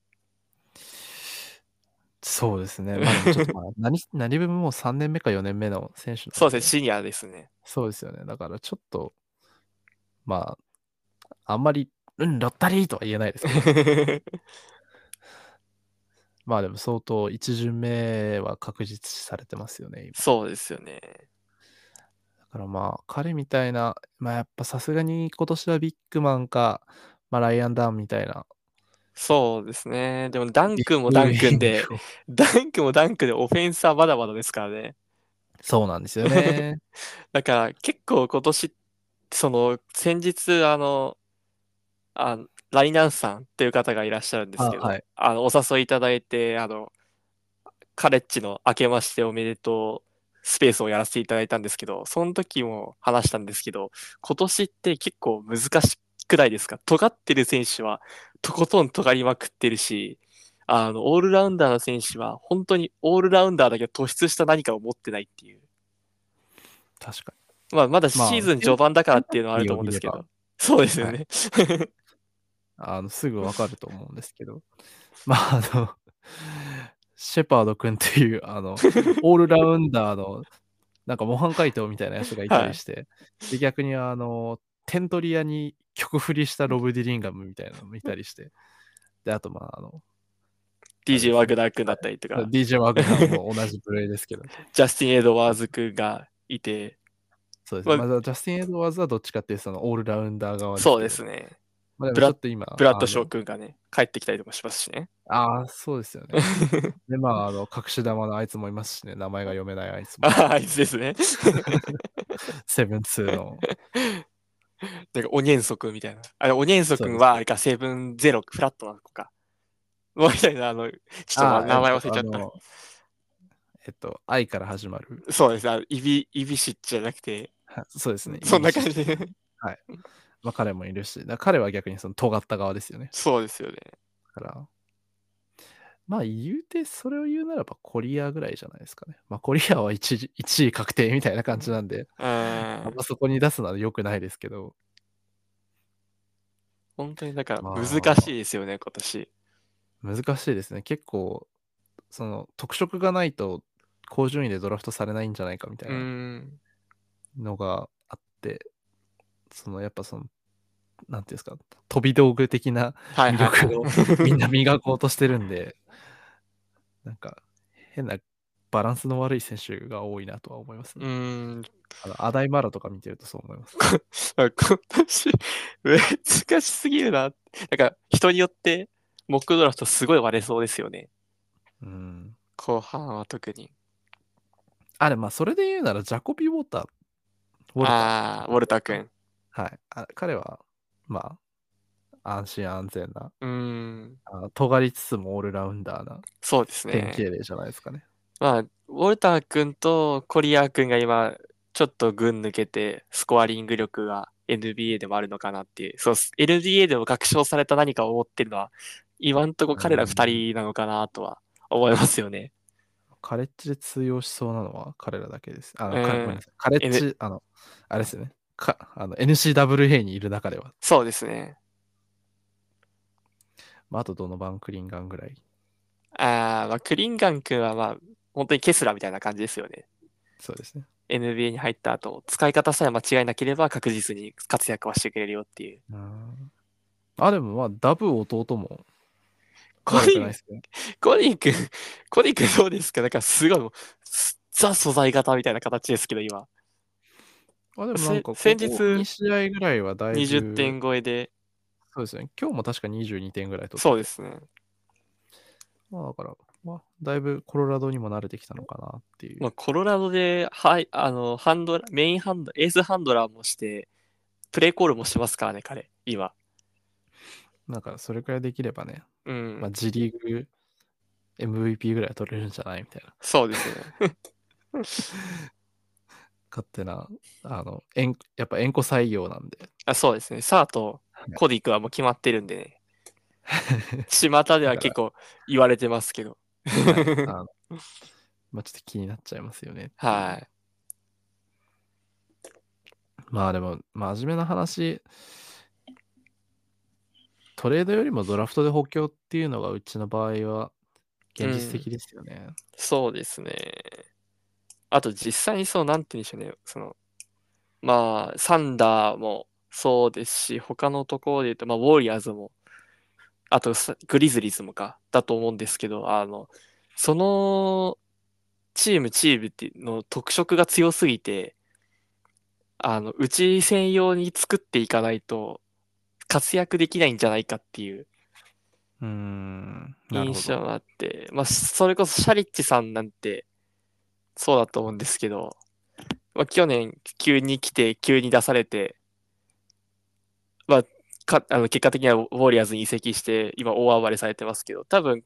そうですね。まあ、でもちょっとまあ何何分も3年目か4年目の選手なん
そうですね、シニアです ね。
そうですよね。だからちょっと、まあ、あんまり、うん、ロッタリーとは言えないです けど、まあでも相当一巡目は確実視されてますよね、今。
そうですよね。
だからまあ、彼みたいな、まあやっぱさすがに今年はビッグマンか、まあライアン・ダウンみたいな。
そうですね。でも、ダン君もダン君で、ダンクもダンクでオフェンスはまだまだですからね。
そうなんですよね。
だから結構今年、その先日あの、あライナンさんっていう方がいらっしゃるん ですけど、
あはい
あのお誘いいただいて、あの、カレッジの明けましておめでとうスペースをやらせていただいたんですけど、その時も話したんですけど、今年って結構難しくないですか尖ってる選手はとことん尖りまくってるし、あの、オールラウンダーの選手は本当にオールラウンダーだけど突出した何かを持ってないっていう。
確か
まあ、まだシ
まあ
ーズン序盤だからっていうのはあると思うんですけど。そうですよね。
に。あの、すぐわかると思うんですけど。まあ、あの、シェパード君っていう、あ の、オールラウンダーの、なんか模範解答みたいなやつがいたりして、で逆にあの、テントリアに曲振りしたロブ・ディリンガムみたいなのもいたりして、で、あと、まあ、あの、
DJ ワグナー君だったりとか、
DJ ワグナーも同じプレイですけど、
ジャスティン・エドワーズ君がいて、
そうですね。
ま
ま
あ
あ、ジャスティン・エドワーズはどっちかっていうとそのオールラウンダー側
そうです
ね。
ね。
まあ、
ブ
で
ラ
もちょっと今、
ブラッドショー
ー。
君がね、帰ってきたりとかしますしね。
ああ、そうですよ ね。で、まあ、あの、隠し玉のあいつもいますしね、名前が読めないあいつも。
ああいつですね。
セブンツーの。
なんか、オニエンソ君みたいな。あれ、オニエンソ君は、あれか、セブンゼロフラットな子か。みたいな、あ の、ちょっと
あー
名前忘れちゃ
え
っ。た
とあ。のえっと、愛から始まる。
そうですねあの。イビ、イビシッチじゃなくて、
はそうですね。
そんな
イメー
感
ジ。
じ で。
まあ、彼もいるし、だから彼は逆にその尖った側ですよね。
そうですよね。
だから。まあ、言うて、それを言うならばコリアぐらいじゃないですかね。まあ、コリアは 1, 位確定みたいな感じなんで、
う
あん
ん。
まそこに出すのは良くないですけど、
本当に、だから、
まあ
難しいですよね、今年。。
難しいですね。結構、その特色がないと高順位でドラフトされないんじゃないかみたいうなんのがあって、そのやっぱその、なんていうんですか、飛び道具的 な
はい
魅
はい。
力をみんな磨こうとしてるんで、なんか変なバランスの悪い選手が多いなとは思いますね。
うん。
あのアダイマラとか見てるとそう思います。
今年、難しすぎるな。なんか、人によって、モックドラフトすごい割れそうですよね。
うん。
後半は特に。
あれ、まあ、それで言うなら、ジャコビ・ウォーター。ウォルター
ああー、ウォルター君。
はい。あ彼は、まあ、安心安全な、
うん。
あの尖りつつもオールラウンダーな
そうです
典
ね。
型例じゃないですかね。
まあ、ウォルター君とコリアー君が今、ちょっと群抜けて、スコアリング力が NBA でもあるのかなっていう、そうっす、NBA でも確証された何かを持ってるのは、今んとこ彼ら二人なのかなとは思いますよね。
カレッジで通用しそうなのは彼らだけです。あの、
うん
かごめんなさいカレッジ、あの、あれですよね。かあの NCWA にいる中では、
そうですね。
まあ、あとどのバンクリンガンぐらい。
あーまあ、クリンガン君はまあ、本当にケスラみたいな感じですよね。
そうですね。
NBA に入った後、使い方さえ間違いなければ確実に活躍はしてくれるよっていう。
うんあ、でもまあ、ダブ弟も
コ
悪
リ
く
ン
ないですね。
コニー君、 コニー君どうですかなんかすごいもう、すザ素材型みたいな形ですけど、今。
あでもなんかここ
せ先日
2試合ぐらいはだいぶ
20点超えで。
そうですね。今日も確か22点ぐらいと。
そうですね。
まあだから、まあ、だいぶコロラドにも慣れてきたのかなっていう。
まあ、コロラドで、はい、あの、ハンドラ、メインハンド、エースハンドラーもして、プレイコールもしますからね、彼、今。
なんかそれくらいできればね、
うん。
まあ、G リーグ MVP ぐらいは取れるんじゃないみたいな。
そうですね。
勝手な、あの、えんやっぱ縁故採用なんで。
あそうですね。サーとコディ君はもう決まってるんで ね。巷では結構言われてますけど。
はいあのまあちょっと気になっちゃいますよね。
はい。
まあでも、真面目な話、トレードよりもドラフトで補強っていうのがうちの場合は現実的ですよね。
そうですね。あと実際にそう、なんて言うんでしょうね。その、まあ、サンダーもそうですし、他のところで言うと、まあ、ウォリアーズも、あとさグリズリーズもか、だと思うんですけど、あの、その、チームチームっていうの特色が強すぎて、あの、うち専用に作っていかないと、活躍できないんじゃないかっていう
うーん。なるほ
印象
ど。
があって、まあ、それこそシャリッチさんなんて、そうだと思うんですけど、まあ、去年、急に来て、急に出されて、まあ、かあの結果的にはウォーリアーズに移籍して、今、大暴れされてますけど、多分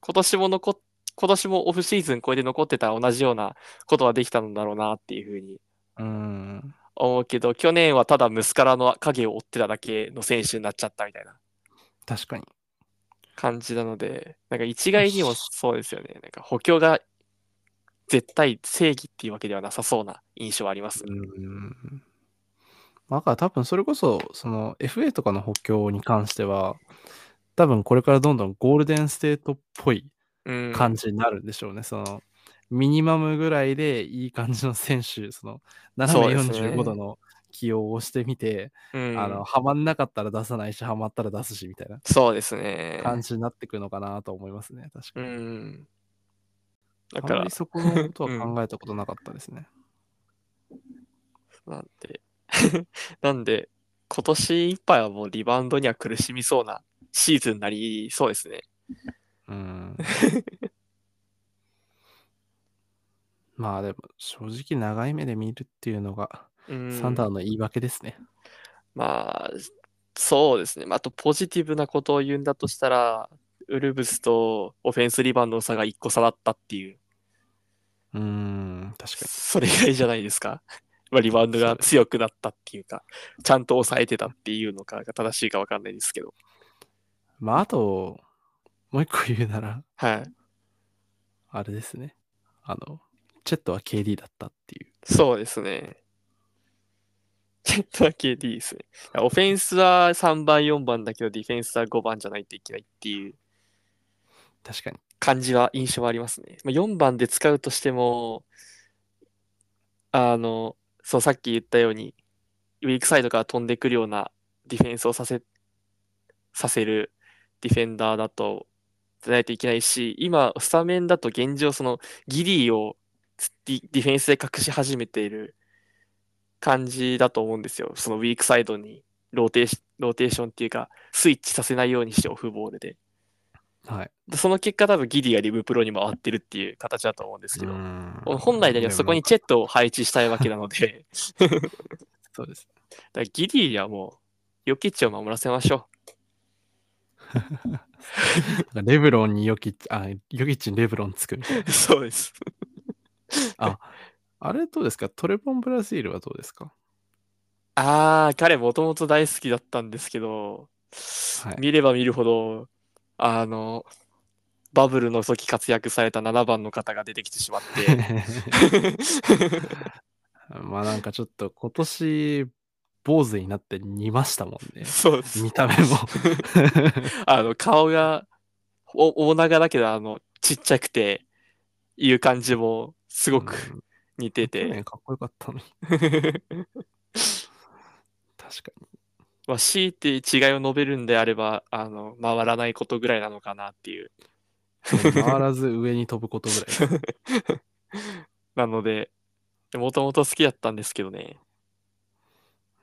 今年も残っ今年もオフシーズン、これで残ってたら同じようなことはできたんだろうなっていうふうに
うーん。
思うけど、去年はただムスカラの影を追ってただけの選手になっちゃったみたいな
確かに。
感じなので、なんか一概にもそうですよね。なんか補強が絶対正義っていうわけではなさそうな印象はあります。
うん。だから多分それこそ、その FA とかの補強に関しては、多分これからどんどんゴールデンステートっぽい
うん。
感じになるんでしょうね。そのミニマムぐらいでいい感じの選手、その斜め
そうですね
45度の起用をしてみて、
うん
あのはまんなかったら出さないし、はまったら出すしみたいな
そうですね。
感じになってくのかなと思いますね。確か
う
に。
ん。だ
あ
か
んま
ら
り、そこのことは考えたことなかったですね。
なんで、 なんで、今年いっぱいはもうリバウンドには苦しみそうなシーズンになりそうですね。
うん。 まあでも、正直長い目で見るっていうのが、
うん。
サンダーの言い訳ですね。
まあ、そうですね。まああと、ポジティブなことを言うんだとしたら、ウルブスとオフェンスリバウンドの差が1個差だったっていう、
うん、確かに。
それ以外じゃないですか。 まあ、リバウンドが強くなったっていうか、ちゃんと抑えてたっていうのかが正しいかわかんないですけど。
まああと、もう一個言うなら、
はい。
あれですね。あの、チェットは KD だったっていう。
そうですね。ちょっとだけ D ですね。オフェンスは3番、4番だけど、ディフェンスは5番じゃないといけないっていう
確かに。
感じは、印象はありますね。まあ、4番で使うとしても、あの、そう、さっき言ったように、ウィークサイドから飛んでくるようなディフェンスをさせ、させるディフェンダーだと、じゃないといけないし、今、スタメンだと現状、その、ギリーをディディフェンスで隠し始めている感じだと思うんですよ。そのウィークサイドにローテーシローテーションっていうか、スイッチさせないようにしてオフボールで。
はい。
でその結果多分ギディがリブプロに回ってるっていう形だと思うんですけど、本来であればそこにチェットを配置したいわけなの で、
そうです。
だからギディはもう、ヨキッチを守らせましょ
なんかレブロンにヨキッチ、あ、ヨキッチにレブロンつくみたいな。
う。 そうです。
あれどうですかトレボンブラジールはどうですか
ああ、彼もともと大好きだったんですけど、
い
見れば見るほど、あの、バブルの時活躍された7番の方が出てきてしま って、
まあなんかちょっと今年、坊主になって煮ましたもんね。
そう です。
見た目も。
あの、顔が、お、大長だけど、あの、ちっちゃくて、いう感じも、すごく
うん
似て
去
て。
年かっこよかったのに。確かに。
まあ、強いて違いを述べるんであれば、あの、回らないことぐらいなのかなっていう。
回らず上に飛ぶことぐらいです。
なので、もともと好きだったんですけどね。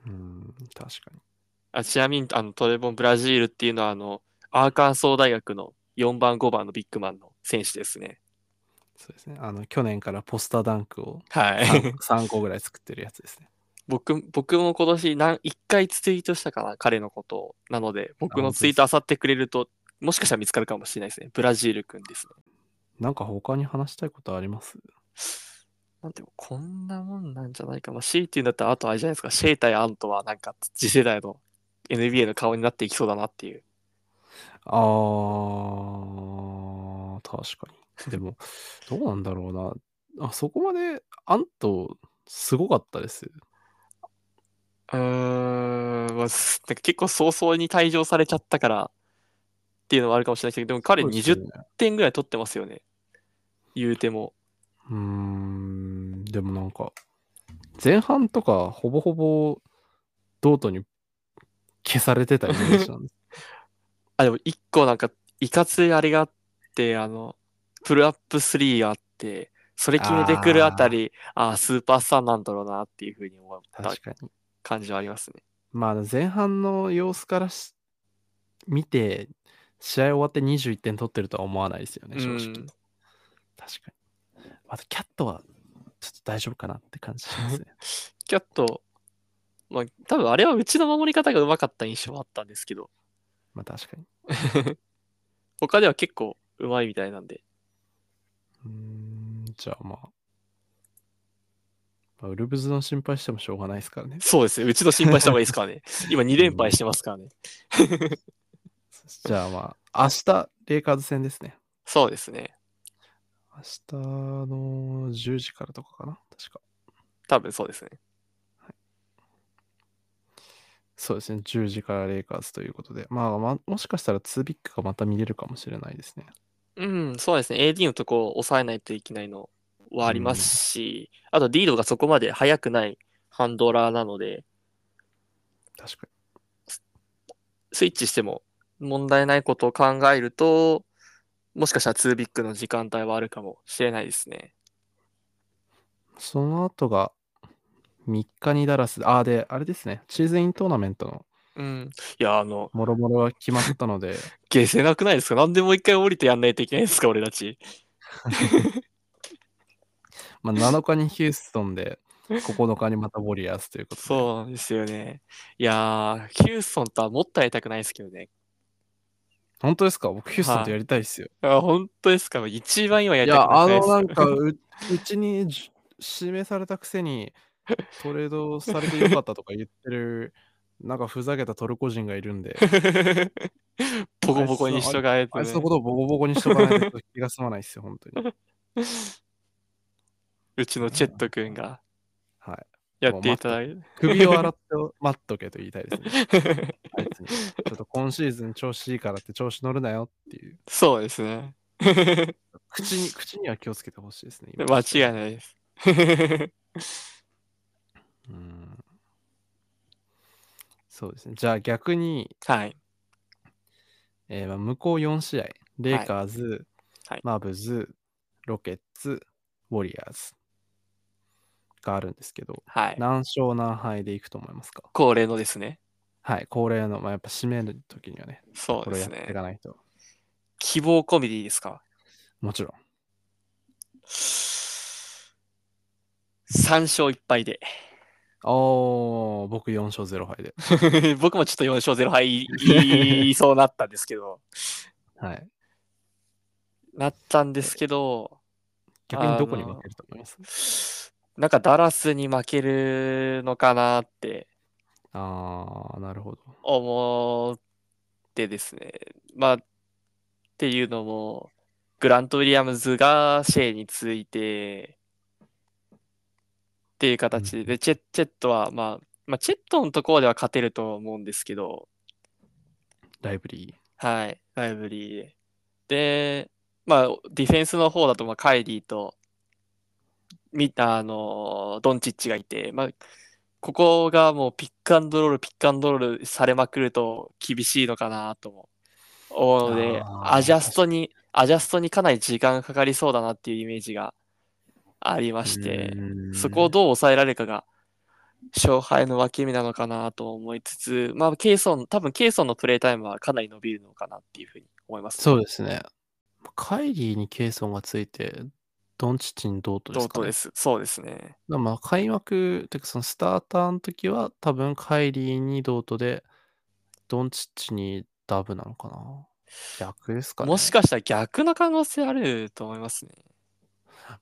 うん、確かに。
あ、ちなみに、あの、トレボン・ブラジールっていうのは、あの、アーカンソー大学の4番、5番のビッグマンの選手ですね。
そうですね。あの、去年からポスターダンクを
はい。
3個ぐらい作ってるやつですね。
僕、僕も今年何、1回ツイートしたかな、彼のことを。なので、僕のツイートあさってくれると、もしかしたら見つかるかもしれないですね。ブラジールくんですね。
なんか他に話したいことあります
なんていうのこんなもんなんじゃないか。まあ、C っていうんだったら、あとあれじゃないですか、シェイタやアントは、なんか、次世代の NBA の顔になっていきそうだなっていう。
あー、確かに。でも、どうなんだろうな。あそこまで、アント、すごかったです。
うーん、まあ、すなんか結構早々に退場されちゃったからっていうのはあるかもしれないけど、でも彼
そうです
20
ね
点ぐらい取ってますよね。言うても。
うーん、でもなんか、前半とか、ほぼほぼ、ドートに消されてたイメージなんです。
あ、でも一個なんか、いかついあれがあって、あの、プルアップ3があって、それ決めてくるあたり、ああ、スーパースターなんだろうなっていうふうに思った
確かに。
感じはありますね。
まあ、前半の様子からし見て、試合終わって21点取ってるとは思わないですよね、正直。
うん
確かに。また、キャットは、ちょっと大丈夫かなって感じします ね。
キャット、まあ、多分あれはうちの守り方が上手かった印象はあったんですけど、
まあ、確かに。
他では結構上手いみたいなんで、
うーん、じゃあまあ。まあ、ウルブズの心配してもしょうがないですから ね。
そうですね。うちの心配した方がいいですからね。 今2連敗してますからね。
じゃあまあ、明日、レイカーズ戦ですね。
そうですね。
明日の10時からとかかな確か。
多分そうですね。
そうですね。10時からレイカーズということで。まあ、まあもしかしたら2ビッグがまた見れるかもしれないですね。
うん、そうですね。AD のとこを抑えないといけないのはありますし、あとリードがそこまで速くないハンドラーなので、
確か
スイッチしても問題ないことを考えると、もしかしたら2ビッグの時間帯はあるかもしれないですね。
に。その後が、3日にダラスで、ああ、で、あれですね、シーズンイントーナメントの
うん。いや、あの、
もろもろが決まったので、
下せなくないですかなんでもう一回降りてやんないといけないですか俺たち。
まあ、7日にヒューストンで、9日にまたウォリアーズということで。
そうなんですよね。いやー、ヒューストンとはもっとやりたくないですけどね。
本当ですか僕、ヒューストンとやりたいですよ。
あ本当ですか一番今や
い
りた
や、
くな
あ
くない
の、なん
です
か、ううちにじ指名されたくせに、トレードされてよかったとか言ってる、 なんかふざけたトルコ人がいるん で、
ボコボコに人がえて
あい
ね
つのことをボコボコにしとかないと気が済まないですよ、本 当に。
うちのチェット君が
はい。
やっていただい
首を洗って待っとけと言いたいですね。
て。
あいつに。ちょっと今シーズン調子いいからって調子乗るなよっていう。
そうですね。
口 に、口には気をつけてほしいですね。今
間違いないです。
うん。そうですね。じゃあ逆に、
はい。
えーまあ向こう4試合、レイカーズ、
はい
マーブズ、ロケッツ、ウォリアーズがあるんですけど、
はい。
何勝何敗でいくと思いますか
恒例のですね。
はい、恒例の、まあ、やっぱ締める時にはね、
そ
こ
う
れ
で
をや
す
ってい
ね。
かないと。
希望コメディですか
もちろん。
3勝1敗で。
おー、僕4勝0敗で。
僕もちょっと4勝0敗言いそうなったんですけ ど、
はい。
なったんですけど、
逆にどこに負けると思います
なんかダラスに負けるのかなって
あー、なるほど。
思ってですね。まあ、っていうのも、グラント・ウィリアムズがシェイについて、っていう形で、チェチェットは、まあ、まあ、チェットのところでは勝てると思うんですけど、
ライブリ
はい、ライブリーで。で、まあ、ディフェンスの方だと、まあ、カイリーと、み、あの、ドンチッチがいて、まあ、ここがもうピックアンドロール、ピックアンドロールされまくると厳しいのかなとも思うので、
あー
アジャストに、アジャストにかなり時間がかかりそうだなっていうイメージがありま
ー。
して、
うーん
そこをどう抑えられるかが勝敗の分け目なのかなと思いつつ、まあ、ケイソン、多分ケイソンのプレイタイムはかなり伸びるのかなっていうふうに思います、
そうですね。カイリーにケイソンがついて、ドンチッチにドートです
同
か、
等
ね
で、す。そうですね。
だからまあ開幕、てかそのスターターの時は多分カイリーにドートで、ドンチッチにダブなのかな逆ですかね。
もしかしたら逆な可能性あると思いますね。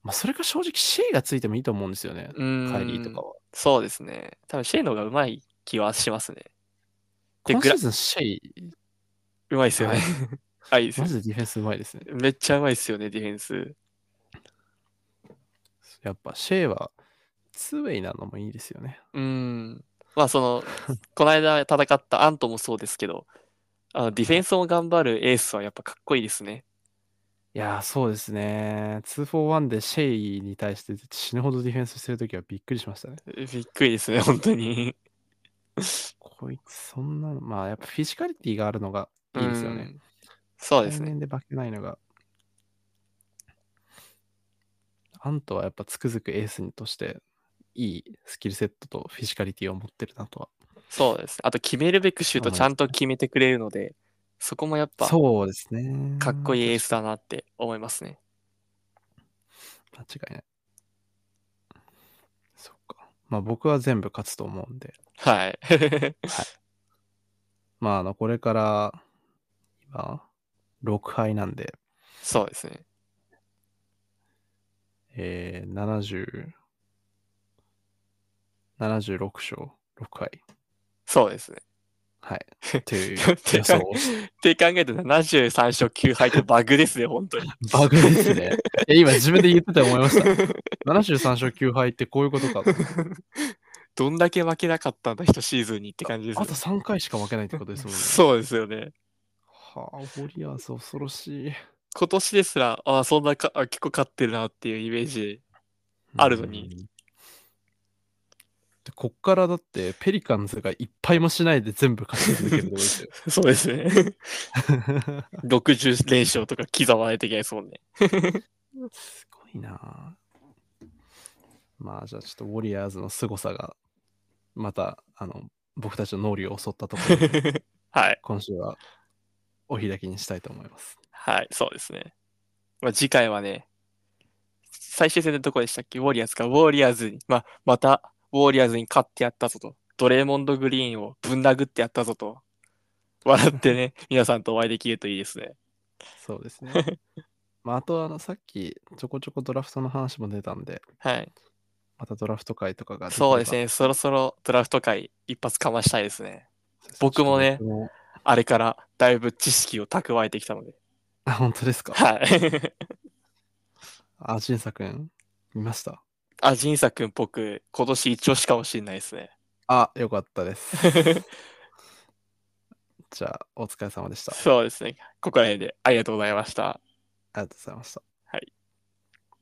まあそれか正直シェイがついてもいいと思うんですよね。
うーん。
カイリーとかは。
そうですね。多分シェイの方がうまい気はしますね。で、
今
グ
シ
ラ
ー、ズンシェイ、
うまいですよね。 はい、です
マジでディフェンスうまいですね。
めっちゃうまいですよね、ディフェンス。
やっぱシェイはツーウェイなのもいいですよね。
うーん。まあ、そ の、この間戦ったアントもそうですけど、あのディフェンスを頑張るエースはやっぱかっこいいですね。
いやー、そうですね。2-4-1でシェイに対して死ぬほどディフェンスしてるときはびっくりしましたね。
びっくりですね、本当に。
こいつ、そんなの、まあやっぱフィジカリティがあるのがいいですよね。
うん。そうです
対
ね。
面で化けないのが。アントはやっぱつくづくエースとしていいスキルセットとフィジカリティを持ってるなとは。
そうです。あと、決めるべくシュート
そう
ち
な
ゃ
んですね
んと決めてくれるので、そこもやっぱ、
そうですね。
かっこいいエース
だ。
だなって思いますね。
間違いない。そっか。まあ僕は全部勝つと思うんで。
はい。
まああの、これから、今、6敗なんで、
そうですね。
えー、70、76勝、6敗。
そうですね。
はい。っていう
って
予想
か
をして
って考えて73勝9敗ってバグですね、本当に。
バグですね。いや今自分で言ってて思いました。73勝9敗ってこういうことかと。
どんだけ負けなかったんだ、一シーズンにって感じです
あ
ね
と。3回しか負けないってことですもんね。
そうですよね。
はあ、ウォリアーズ恐ろしい。
今年ですら、ああ、そんなか、あ結構勝ってるなっていうイメージ。あるのに
うん。でこっからだって、ペリカンズがいっぱいもしないで全部勝ち続けるってことです よ。
そうですね。60連勝とか刻まないといけないですもんね。
すごいなあまあじゃあちょっとウォリアーズの凄さがまたあの僕たちの脳裏を襲ったところ で
はい。
今週はお開きにしたいと思います。
はい、そうですね。まあ、次回はね、最終戦でどこでしたっけウォリアーズか。ウォリアーズに、まあ、また、ウォリアーズに勝ってやったぞと。ドレーモンド・グリーンをぶん殴ってやったぞと。笑ってね、皆さんとお会いできるといいですね。
そうです ね。まああとあのさっきちょこちょこドラフトの話も出たんで
はい。
またドラフト会とかがきれば
そうです。ね。そろそろドラフト会一発かましたいですね。
そうです
僕もね
ちょっと僕も
あれからだいぶ知識を蓄えてきたので。
あ本当です か。
はい。
あ、ジンサ君見ました
あ、ジンサ君、僕、今年一押しかもしれないですね。
あ、よかったです。じゃあお疲れ様でした。あ
そうですね。ここら辺でありがとうございました。
りがとうございました。